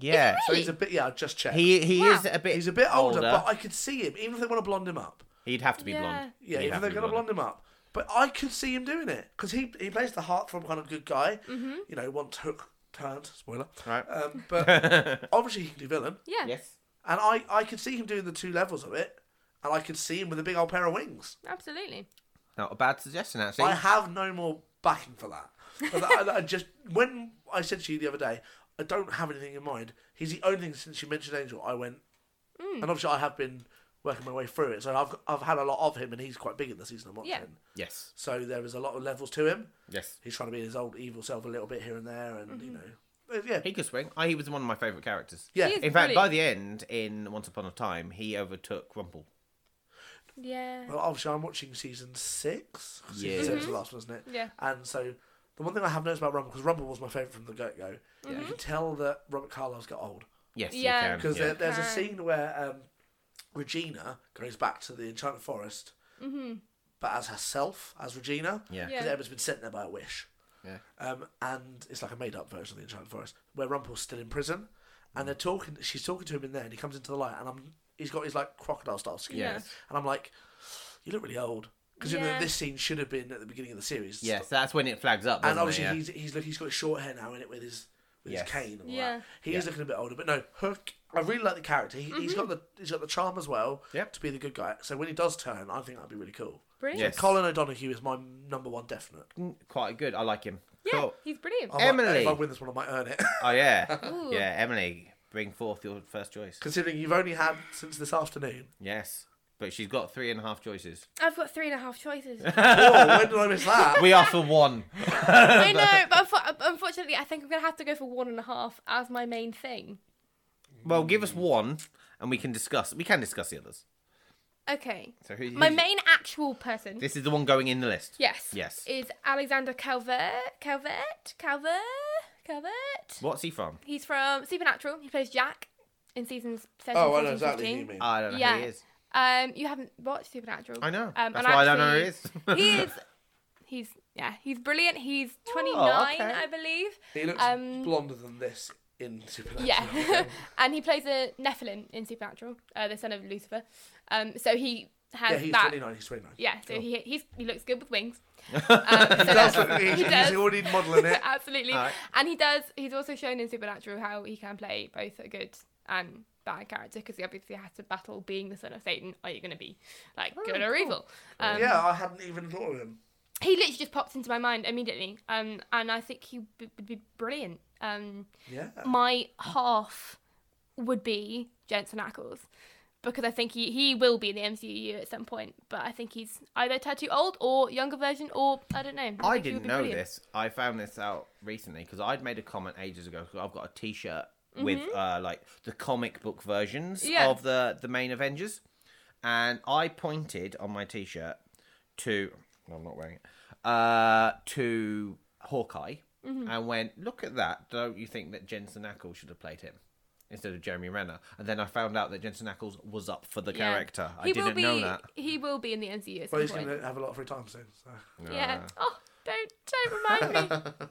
B: Yeah.
A: So he's a bit. Yeah, I just checked.
B: He he
C: Wow.
B: is a bit.
A: he's a bit older, but I could see him. Even if they want to blonde him up.
B: He'd have to be
C: Yeah.
B: blonde.
A: Yeah.
B: He'd
A: even
B: have
A: if they're
B: be
A: going to blonde him up. But I could see him doing it because he he plays the heartthrob kind of good guy. Mm-hmm. You know, once Hook turned spoiler.
B: Right.
A: Um, but obviously he can do villain,
C: Yeah.
B: Yes.
A: and I I could see him doing the two levels of it, and I could see him with a big old pair of wings.
C: Absolutely.
B: Not a bad suggestion actually.
A: I have no more backing for that. But that- I, I just when I said to you the other day, I don't have anything in mind. He's the only thing since you mentioned Angel. I went, and obviously I have been working my way through it, so I've I've had a lot of him, and he's quite big in the season I'm watching.
C: Yeah.
B: Yes.
A: So there is a lot of levels to him.
B: Yes.
A: He's trying to be his old evil self a little bit here and there, and you know, uh, yeah,
B: He could swing. I, he was one of my favourite characters.
A: yeah.
C: He is-
B: In fact,
C: Brilliant.
B: by the end, in Once Upon a Time, he overtook Rumple.
C: Yeah.
B: Oh.
A: Well, obviously, I'm watching season six. Season
B: Yeah.
A: six is the last one, isn't it?
C: Yeah.
A: And so, the one thing I have noticed about Rumble, because Rumble was my favourite from the get go, you can tell that Robert Carlos got old.
B: Yes,
C: Yeah.
B: you can.
A: Because
B: yeah.
A: there, there's a
C: Okay.
A: scene where um, Regina goes back to the Enchanted Forest, but as herself, as Regina. Because
B: Yeah.
C: Mm-hmm. Yeah.
A: Emma's been sent there by a wish.
B: Yeah.
A: Um, and it's like a made up version of the Enchanted Forest, where Rumpel's still in prison. And they're talking, she's talking to him in there, and he comes into the light, and I'm, he's got his like crocodile style skin.
B: Yes.
A: And I'm like, you look really old. Because you know,
C: Yeah.
A: this scene should have been at the beginning of the series.
B: Yes, that's when it flags up.
A: And
B: doesn't it?
A: obviously
B: Yeah.
A: he's he's look, he's got his short hair now in it with his with his
B: Yes.
A: cane. And all
C: Yeah.
A: that. he is looking a bit older, but no Hook. I really like the character. He,
C: Mm-hmm.
A: He's got the he's got the charm as well
B: Yep.
A: to be the good guy. So when he does turn, I think that'd be really cool.
C: Brilliant.
B: Yes. Mm,
A: Colin O'Donoghue is my number one definite.
B: quite good. I like him.
C: Yeah.
B: Cool. Oh.
C: He's brilliant.
A: I might-
B: Emily.
A: if I win this one, I might earn it.
B: Oh yeah,
C: Ooh.
B: yeah. Emily bring forth your first choice.
A: Considering you've only had since this afternoon.
B: Yes, but she's got three and a half choices.
C: I've got three and a half choices.
A: Oh, when did I miss that?
B: We are for one.
C: I know, but unfo- uh, unfortunately, I think I'm gonna have to go for one and a half as my main thing.
B: Well, give us one, and we can discuss. We can discuss the others.
C: Okay,
B: So who?
C: my
B: who's-
C: main actual person.
B: This is the one going in the list.
C: yes.
B: Yes.
C: Is Alexander Calvert? Calvert? Calvert? Calvert?
B: What's he from?
C: He's from Supernatural. He plays Jack in seasons 13,
A: Oh, I
C: 14,
A: know exactly who
C: 15.
A: you mean.
B: I don't know
C: Yeah.
B: who he is.
C: Um, you haven't watched Supernatural.
B: I know.
C: Um,
B: That's
C: and
B: why I don't know who he
C: actually-
B: is. Oh,
C: he is. He's yeah. He's brilliant. He's 29,
B: okay.
C: I believe.
A: He looks
C: um,
A: blonder than this in Supernatural.
C: Yeah, and he plays a Nephilim in Supernatural, uh, the son of Lucifer. Um, so he has
A: Yeah, he's
C: that.
A: 29. He's 29.
C: Yeah, so he he's, he looks good with wings. Um, so
A: That's
C: that's-
A: what he,
C: He does.
A: he's already modelling it.
C: absolutely,
B: Alright.
C: and he does. He's also shown in Supernatural how he can play both a good and bad character because he obviously has to battle being the son of Satan. Are you going to be like good or evil? Um,
A: yeah, I hadn't even thought of him.
C: he literally just popped into my mind immediately, um, and I think he b- would be brilliant. Um,
A: Yeah.
C: my half would be Jensen Ackles because I think he, he will be in the MCU at some point, but I think he's either tattoo old or younger version or I don't know. I,
B: I
C: think he would
B: didn't
C: be
B: know
C: brilliant.
B: this. I found this out recently because I'd made a comment ages ago. i I've got a T-shirt with uh, like the comic book versions
C: Mm-hmm. Yeah.
B: of the the main Avengers, and I pointed on my T-shirt to no, I'm not wearing it uh, to Hawkeye
C: Mm-hmm.
B: and went, "Look at that! Don't you think that Jensen Ackles should have played him?" Instead of Jeremy Renner, and then I found out that Jensen Ackles was up for the
C: Yeah.
B: character. I
C: He will
B: didn't
C: be,
B: know that.
C: He will be in the MCU
A: But
C: at some
A: he's
C: point.
A: going to have a lot of free time soon. So,
C: Yeah.
B: Uh.
C: Oh, don't don't remind me.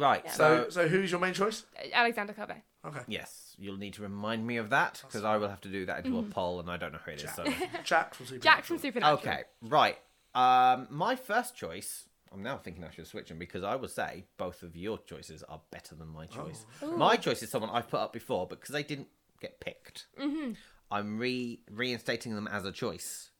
B: Right,
A: so, so who's your main choice?
C: Alexander Carver.
A: Okay.
B: Yes, you'll need to remind me of that because I will have to do that into a poll, and I don't know who it is. So.
A: Jack from Supernatural.
C: Jack from Supernatural.
B: okay, right. Um, my first choice. I'm now thinking I should switch them because I would say both of your choices are better than my choice. My choice is someone I've put up before, but because they didn't get picked, I'm re reinstating them as a choice.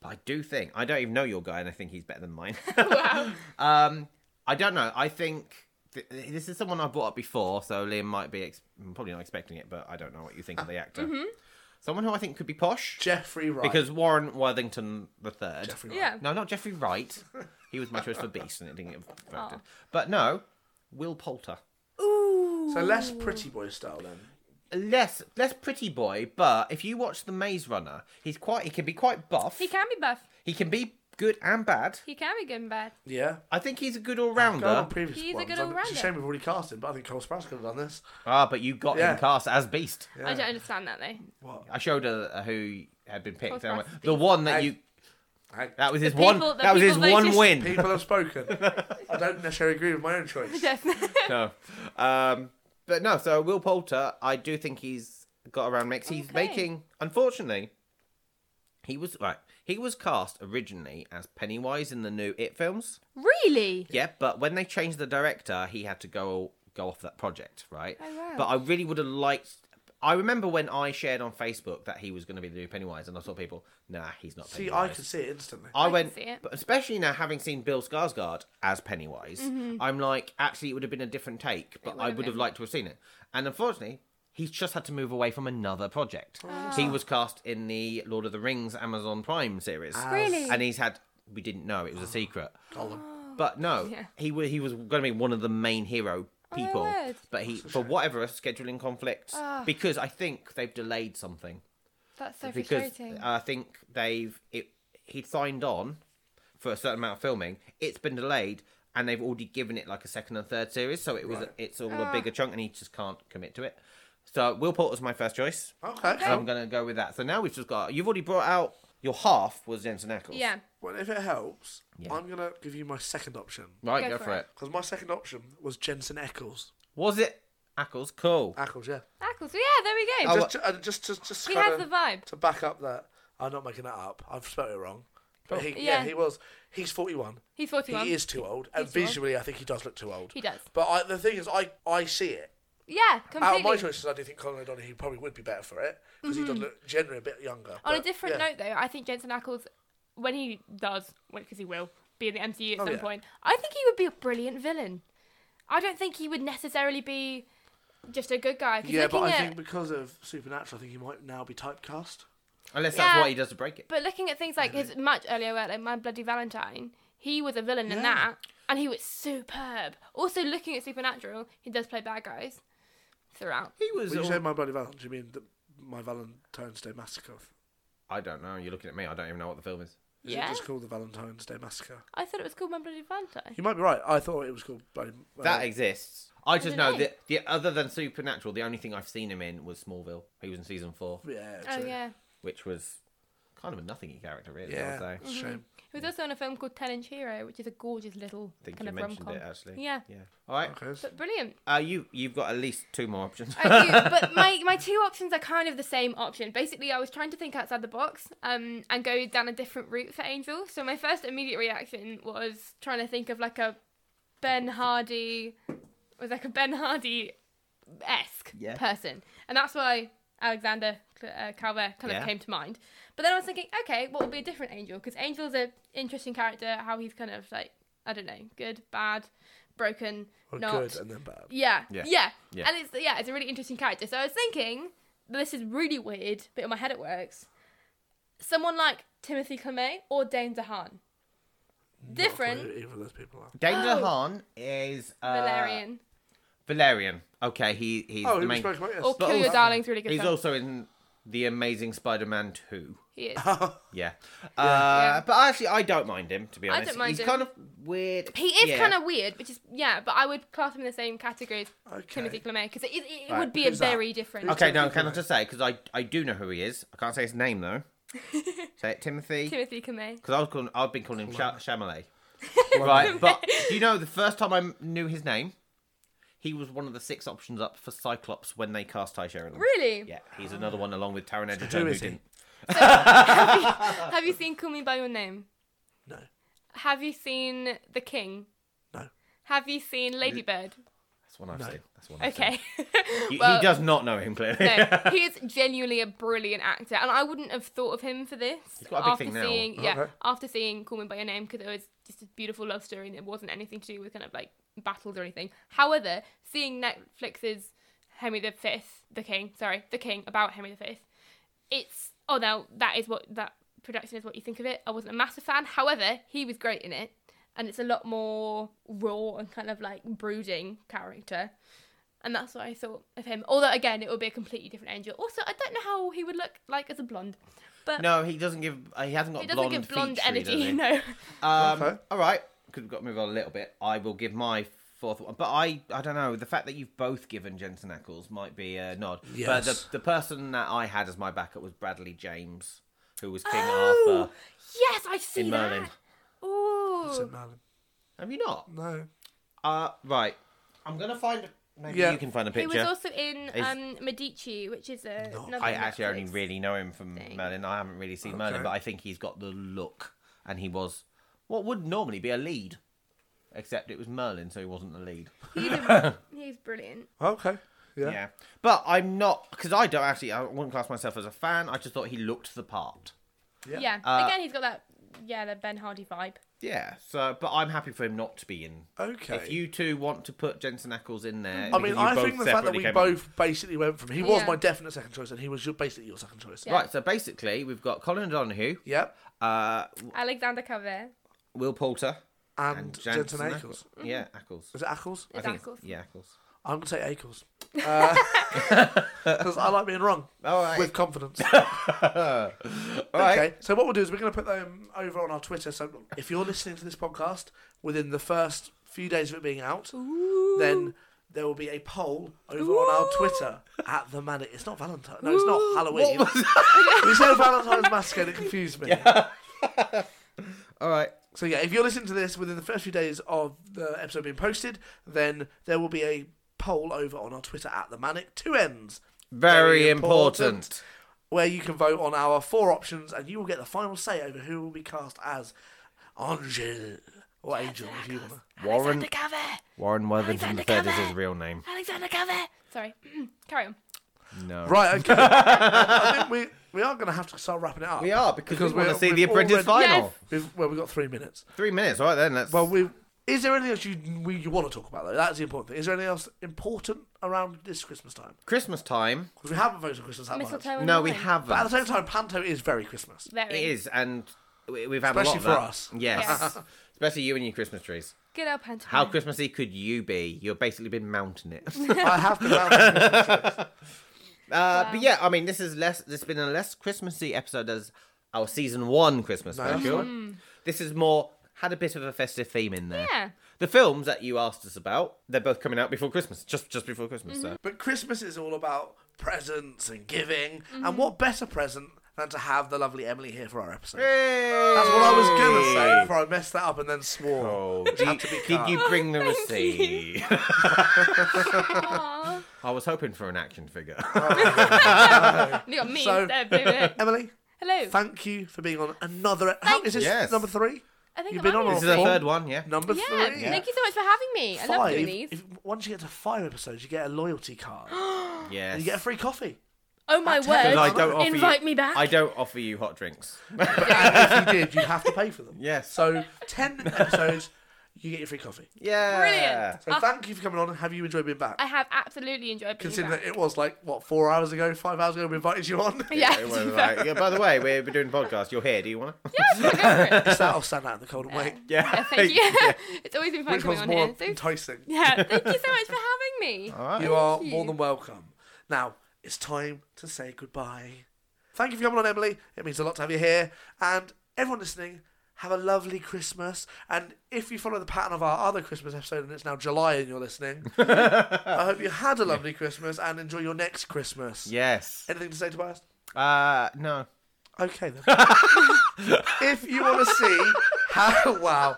B: But I do think I don't even know your guy, and I think he's better than mine.
C: Wow.
B: Um, I don't know. I think th- this is someone I brought up before, so Liam might be ex- probably not expecting it, but I don't know what you think of the actor. Someone who I think could be posh
A: Jeffrey Wright.
B: because Warren Worthington the third.
A: Jeffrey Wright.
C: Yeah.
B: No, not Jeffrey Wright. He was my choice for Beast, and it didn't get voted. But no, Will Poulter.
A: So less pretty boy style then.
B: Less, less pretty boy, but if you watch The Maze Runner, he's quite. He can be quite buff.
C: He can be buff.
B: He can be good and bad.
C: He can be good and bad.
A: Yeah.
B: I think he's a good all
A: Go on
B: rounder.
A: previous
C: He's a
A: ones.
C: good
A: I'm- It's a
C: all-rounder.
A: shame we've already cast him, but I think Cole Sprouse could have done this.
B: Ah, but you got
A: Yeah.
B: him cast as Beast.
C: I don't understand that though.
A: What?
B: I showed her who had been picked.
C: Close
B: and I
C: Rice
B: went,
C: is
B: the
C: beast.
B: one that
A: Hey.
B: you.
A: Hey.
B: That was his
C: The
B: one.
C: people- the
B: that was his
C: people
B: one
C: voted.
B: win.
A: People have spoken. I don't necessarily agree with my own choice.
C: Yes.
B: no. Um, but no, so Will Poulter, I do think he's got around mix. He's
C: Okay.
B: making, unfortunately, he was right. He was cast originally as Pennywise in the new It films.
C: really?
B: Yeah, but when they changed the director, he had to go go off that project, right?
C: Oh, wow.
B: But I really would have liked. I remember when I shared on Facebook that he was going to be the new Pennywise, and I saw people, nah, he's not.
A: See, I
B: Pennywise.
A: could see it instantly.
B: I,
C: can
B: went,
C: see it.
B: but especially now having seen Bill Skarsgård as Pennywise,
C: Mm-hmm.
B: I'm like, actually, it would have been a different take, but I
C: would've
B: would have
C: been.
B: liked to have seen it. And unfortunately, he's just had to move away from another project.
C: Ah.
B: He was cast in the Lord of the Rings Amazon Prime series,
C: Ah. Really? Ah. Oh.
B: and he's had. We didn't know it was a secret,
A: Gollum.
B: but no,
C: Yeah. Oh,
B: he wa he was going to be one of the main hero
C: my
B: people,
C: word.
B: but he for whatever a scheduling conflict
C: Ah.
B: because I think they've delayed something
C: That's so
B: because
C: frustrating.
B: I think they've it, he signed on for a certain amount of filming. It's been delayed, and they've already given it like a second and third series, so it was it's all
C: Ah.
B: a bigger chunk, and he just can't commit to it. So Will Porter's my first choice.
A: Okay. Um,
B: and I'm gonna go with that. So now we've just got you've already brought out your half was Jensen Ackles.
C: yeah.
A: Well, if it helps,
B: Yeah.
A: I'm going to give you my second option.
B: Right,
C: Go
B: go,
C: for
B: for
C: it.
B: it.
A: Because my second option was Jensen Eccles.
B: Was it Ackles? Cool.
A: Ackles, yeah.
C: Ackles. Ah, Yeah, there we go.
B: Oh,
A: Just, uh, just, just, just
C: he
A: kinda,
C: has the vibe.
A: to back up that I'm not making that up. I've spelled it wrong. But he, yeah.
C: Yeah.
A: he was. He's 41.
C: He's 41.
A: He is too old, and
C: He's too old.
A: visually, I think he does look too old.
C: He does.
A: But I, the thing is, I, I see it.
C: Yeah,
A: Out of
C: completely. Mm-hmm.
A: my choices, I do think Colin O'Donoghue probably would be better for it because he does look generally a bit younger.
C: On a
A: but,
C: different
A: yeah.
C: note, though, I think Jensen Ackles, when he does, because he will be in the MCU at some
A: Oh, yeah.
C: point, I think he would be a brilliant villain. I don't think he would necessarily be just a good guy. 'Cause
A: Yeah, but
C: looking
A: I
C: at-
A: think because of Supernatural, I think he might now be typecast.
B: Unless
C: Yeah.
B: that's what he does to break it.
C: But looking at things like his much earlier work, like My Bloody Valentine, he was a villain in
A: Yeah.
C: that, and he was superb. Also, looking at Supernatural, he does play bad guys throughout.
B: He was.
A: When you
B: all-
A: say My Bloody Valentine, do you mean the, My Valentine's Day Massacre?
B: I don't know. You're looking at me. I don't even know what the film is.
A: Is
C: Yeah.
A: it just called the Valentine's Day Massacre?
C: I thought it was called My Bloody Valentine.
A: You might be right. I thought it was called Bloody. well,
B: that exists. I just
C: don't
B: know
C: know.
B: that the other than Supernatural, the only thing I've seen him in was Smallville. He was in season four,
A: yeah.
C: Oh
A: true.
C: yeah,
B: which was kind of a nothingy character, really. I would
A: Yeah.
B: say.
C: Mm.
A: it's a Shame.
C: he was also in a film called Ten Inch Hero, which is a gorgeous little
B: I think
C: kind
B: you
C: of rom
B: mentioned
C: com.
B: it actually.
C: Yeah.
B: Yeah. All right.
A: Okay.
C: But brilliant.
B: Uh, you you've got at least two more options.
C: I do, but my, my two options are kind of the same option. Basically, I was trying to think outside the box um, and go down a different route for Angel. So my first immediate reaction was trying to think of like a Ben Hardy, was like a Ben Hardy esque
B: Yeah.
C: person, and that's why Alexander uh, Calvert kind
B: Yeah.
C: of came to mind. But then I was thinking, okay, what would be a different Angel? Because Angel's an interesting character. How he's kind of like I don't know, good, bad, broken,
A: Or
C: not
A: good and then bad.
C: yeah,
B: Yeah.
C: yeah.
B: Yeah.
C: And it's yeah, it's a really interesting character. So I was thinking, this is really weird, but in my head it works. Someone like Timothy Clement or Dane DeHaan.
A: Not
C: Different
A: who Either of those people are.
B: Danger
C: Oh.
B: Han is uh,
C: Valerian.
B: Valerian. Okay, he he's
A: Oh,
B: the
A: who we
B: main.
A: spoke about
C: or
A: yes.
B: but
C: Kill Your
B: also-
C: Darling's really good
B: He's
C: film.
B: also in the Amazing Spider-Man two.
C: he is.
B: Yeah. Uh, But actually, I don't mind him to be
C: I
B: honest.
C: don't mind
B: he's
C: him.
B: kind of weird.
C: He is
B: Yeah.
C: kind of weird, which is yeah, but I would class him in the same category as
A: Okay.
C: Timothy Clement because it, it, it
A: Right,
C: would be a
A: who's that?
C: very different.
A: Who's
B: uh, Okay, no,
A: Timothy
B: can I
A: Chalamet.
B: just say because I I do know who he is. I can't say his name though. say it, Timothy.
C: Timothy Clement.
B: Because I was calling, I've been calling him Sha- Chamelet. right, but do you know the first time I m- knew his name, he was one of the six options up for Cyclops when they cast Ty Sheridan.
C: Really?
B: Yeah, he's another one along with Taron Egerton.
A: Who
B: who
A: is he?
B: didn't- Uh,
C: Have you seen Call Me by Your Name?
A: No.
C: Have you seen The King?
A: No.
C: Have you seen Ladybird?
B: That's one I've
A: No.
B: seen. That's one. I've
C: Okay.
B: seen. He,
C: well-
B: he does not know him clearly.
C: no, he is genuinely a brilliant actor, and I wouldn't have thought of him for this
B: got a big
C: after
B: thing now.
C: seeing yeah
A: Okay.
C: after seeing Call Me by Your Name because it was just a beautiful love story and it wasn't anything to do with kind of like battles or anything. However, seeing Netflix's Henry the Fifth, the King, sorry, the King about Henry the Fifth, it's oh no, that is what that production is what you think of it. I wasn't a massive fan, however, he was great in it, and it's a lot more raw and kind of like brooding character and that's what I thought of him. Although again, it would be a completely different angel. Also, I don't know how he would look like as a blonde, but
B: No, he doesn't give. Uh, he hasn't got
C: he doesn't
B: blonde
C: give blonde
B: feature,
C: energy.
B: does he?
C: No,
B: Um,
A: Okay.
B: All right, because we've got to move on a little bit. I will give my fourth one, but I I don't know. The fact that you've both given Jensen Ackles might be a nod. But
A: Yes.
B: the the person that I had as my backup was Bradley James, who was King
C: Oh,
B: Arthur
C: yes, I see
B: in Merlin.
C: that. Ooh,
A: St. Marlin.
B: Have you not?
A: No.
B: Uh, right. I'm gonna find. Maybe
A: Yeah.
B: you can find a
C: he
B: picture.
C: was also in
B: Is-
C: um, Medici, which is a.
A: No.
C: another
B: I actually
C: Netflix.
B: only really know him from
C: thing.
B: Merlin. I haven't really seen Merlin,
A: Okay.
B: but I think he's got the look, and he was what would normally be a lead, except it was Merlin, so he wasn't the lead.
C: He's, a, he's brilliant.
A: Okay. Yeah.
B: Yeah. But I'm not because I don't actually. I wouldn't class myself as a fan. I just thought he looked the part.
A: Yeah.
C: Yeah.
B: Uh,
C: again, he's got that yeah the Ben Hardy vibe.
B: Yeah. So, but I'm happy for him not to be in.
A: Okay.
B: If you two want to put Jensen Ackles in there,
A: I
B: because
A: mean,
B: you
A: I
B: both
A: think the fact that
B: separately
A: we
B: came
A: both basically went from he was
C: Yeah.
A: my definite second choice and he was your, basically your second choice.
C: Yeah.
B: Right. So basically, we've got Colin Donahue,
A: Yep.
B: uh,
C: Alexander Calvert.
B: Will Poulter,
A: And,
B: and
A: Jensen
B: Jensen
A: Ackles.
B: Yeah, Ackles.
A: Is it Ackles?
B: I
C: Mm-hmm. It's
B: think
C: Ackles.
B: yeah, Ackles.
A: I'm gonna say Ackles. Because I like being wrong
B: All right.
A: with confidence.
B: All right.
A: Okay, so what we'll do is we're going to put them over on our Twitter. So if you're listening to this podcast within the first few days of it being out, then there will be a poll over on our Twitter at the man. It's not Valentine. No, it's not Halloween. we said Valentine's Massacre and it confused me.
B: All right.
A: So yeah, if you're listening to this within the first few days of the episode being posted, then there will be a poll over on our Twitter at the manic two ends.
B: Very, important.
A: Where you can vote on our four options, and you will get the final say over who will be cast as Angel or Angel, if you want.
B: Warren
C: Calvert.
B: Warren Worthington
C: Alexander
B: III is his
C: Calvert.
B: real name.
C: Alexander Calvert. Sorry, carry on.
B: No.
A: Right, okay. I think we we are going to have to start wrapping it up.
B: We are because,
A: Because
B: we want
A: we're-
B: to see
A: we've
B: the Apprentice
A: already-
B: final.
C: Yes.
A: We've, well, we've got three minutes.
B: Three minutes. All right then. Let's.
A: Well, we Is there anything else you we, you want to talk about though? That's the important thing. Is there anything else important around this Christmas time?
B: Christmas time.
A: Because we haven't voted on Christmas that much.
C: Mistletoe and
B: No, we
C: wine.
A: But at the
B: haven't.
A: same time, Panto is very Christmas.
C: Very.
B: It is, and we- we've had
A: Especially
B: a lot of
A: for
B: that. Yes.
C: Yes.
B: Especially you and your Christmas trees.
C: Good old pantomime.
B: How Christmassy could you be? You've basically been mounting it. uh,
A: I have been out.
B: But yeah, I mean, this is less. This has been a less Christmassy episode as our season one Christmas
A: No, that's
B: special. This is more had a bit of a festive theme in there.
C: Yeah.
B: The films that you asked us about, they're both coming out before Christmas, just just before Christmas. So.
A: But Christmas is all about presents and giving. And what better present than to have the lovely Emily here for our episode? That's what I was going to say before I messed that up and then swore.
B: Oh, did,
A: to be
B: did you
A: kind.
B: bring the
C: Oh, Thank you.
B: receipt? I was hoping for an action figure.
A: Oh,
C: You got me
A: So-
C: instead, baby.
A: Emily,
C: Hello.
A: thank you for being on another. e- How,
C: Thank
A: is this
B: Yes.
A: number three?
C: I think
A: You've
C: I'm
A: been on
C: on
B: this is
A: all
B: the
A: four.
B: third one, yeah.
A: Number
C: Yeah,
A: three.
C: Thank you so much for having me. I love doing
A: Five.
C: these.
A: If, once you get to five episodes, you get a loyalty card
B: Yes.
A: and you get a free coffee.
C: Oh my
B: Because I
C: word.
B: don't offer
C: Invite
B: you,
C: me back.
B: I don't offer you hot drinks.
A: and if you did, you have to pay for them.
B: Yes.
A: So ten episodes, you get your free coffee.
B: yeah.
C: Brilliant.
A: So
C: Ah.
A: thank you for coming on. and Have you enjoyed being back?
C: I have absolutely enjoyed being
A: Considering
C: back.
A: that it was like what four hours ago, five hours ago, we invited you on.
C: Yeah.
B: It was like, yeah, by the way, we're, we're doing a podcast. You're here. Do you want to?
A: Is that I'll stand out in the cold and wait?
B: Yeah.
C: Yeah, thank you. it's always been fun
A: Which
C: coming
A: one's
C: on
A: more
C: here. So-
A: enticing?
C: yeah, thank you so much for having me.
A: You are
C: you.
A: more than welcome. Now it's time to say goodbye. Thank you for coming on, Emily. It means a lot to have you here. And everyone listening, have a lovely Christmas. And if you follow the pattern of our other Christmas episode, and it's now July and you're listening, I hope you had a lovely Christmas and enjoy your next Christmas.
B: Yes.
A: Anything to say, Tobias?
B: Uh, no.
A: Okay then. if you want to see how wow,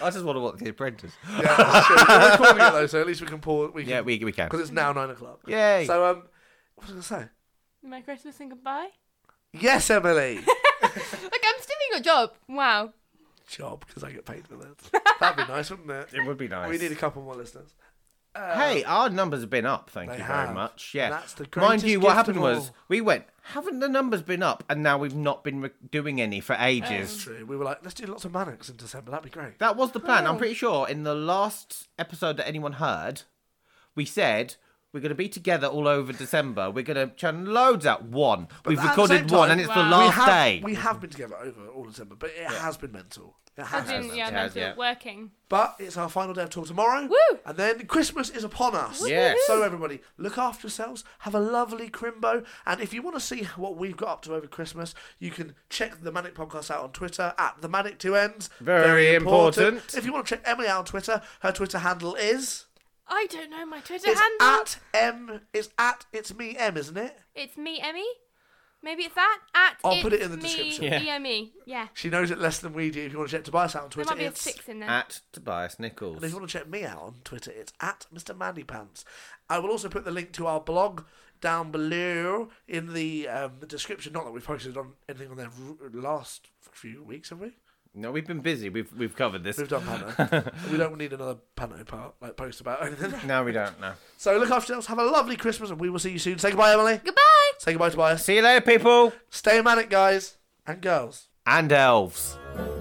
B: I just want to watch The Apprentice.
A: yeah, that's true. We're recording it though, so at least we can pause. We
B: Yeah,
A: can,
B: we, we can.
A: because it's now nine o'clock.
B: Yay.
A: So um, what was I gonna say?
C: My Christmas and goodbye.
A: Yes, Emily.
C: Like I'm still doing your job. Wow.
A: Job because I get paid for that. That'd be nice, wouldn't it?
B: it would be nice.
A: We need a couple more listeners.
B: Hey, our numbers have been up. Thank
A: Uh, They
B: you
A: have.
B: very much. Yeah,
A: That's the
B: mind
A: greatest
B: you,
A: gift
B: what happened
A: of
B: was
A: all.
B: we went. Haven't the numbers been up? And now we've not been re- doing any for ages.
A: It's true. We were like, let's do lots of manics in December. That'd be great.
B: That was the plan.
A: oh.
B: I'm pretty sure in the last episode that anyone heard, we said we're going to be together all over December. We're going to churn loads out. One, we've
A: at the same
B: recorded
A: time-
B: one, and it's
C: Wow.
B: the
C: We
A: we
B: last
A: have,
B: day.
A: We have been together over all December, but it has been mental. It has.
C: As in, yeah,
B: Jazz,
C: I'm still
B: yeah.
C: working.
A: But it's our final day of tour tomorrow.
C: Woo!
A: And then Christmas is upon us.
B: Yes. Woo-hoo.
A: So everybody, look after yourselves. Have a lovely crimbo. And if you want to see what we've got up to over Christmas, you can check the Manic Podcast out on Twitter at the Manic Two Ends.
B: Very important.
A: If you want to check Emily out on Twitter, her Twitter handle is
C: I don't know my Twitter
A: it's
C: handle.
A: at m. It's at it's me m, isn't it?
C: It's me, Emmy. Maybe it's that. At
A: I'll put it
C: it's
A: in the
C: me,
A: description.
B: Yeah.
C: E-M-E. Yeah.
A: She knows it less than we do. If you want to check Tobias out on
C: There
A: Twitter,
C: might be a
A: it's
C: six in there.
B: At Tobias
A: And if
B: Nichols.
A: you want to check me out on Twitter, it's at Mr. Mandy Pants. I will also put the link to our blog down below in the, um, the description. Not that we've posted on anything on there r- last few weeks, have we?
B: No, we've been busy. We've we've covered this.
A: We've done Pano. we don't need another Pano part, like post about anything.
B: No, we don't. No.
A: So look after yourselves. Have a lovely Christmas, and we will see you soon. Say goodbye, Emily.
C: Goodbye.
A: Say goodbye, Tobias.
B: See you later, people
A: Stay manic, guys and girls.
B: and elves.
E: Thank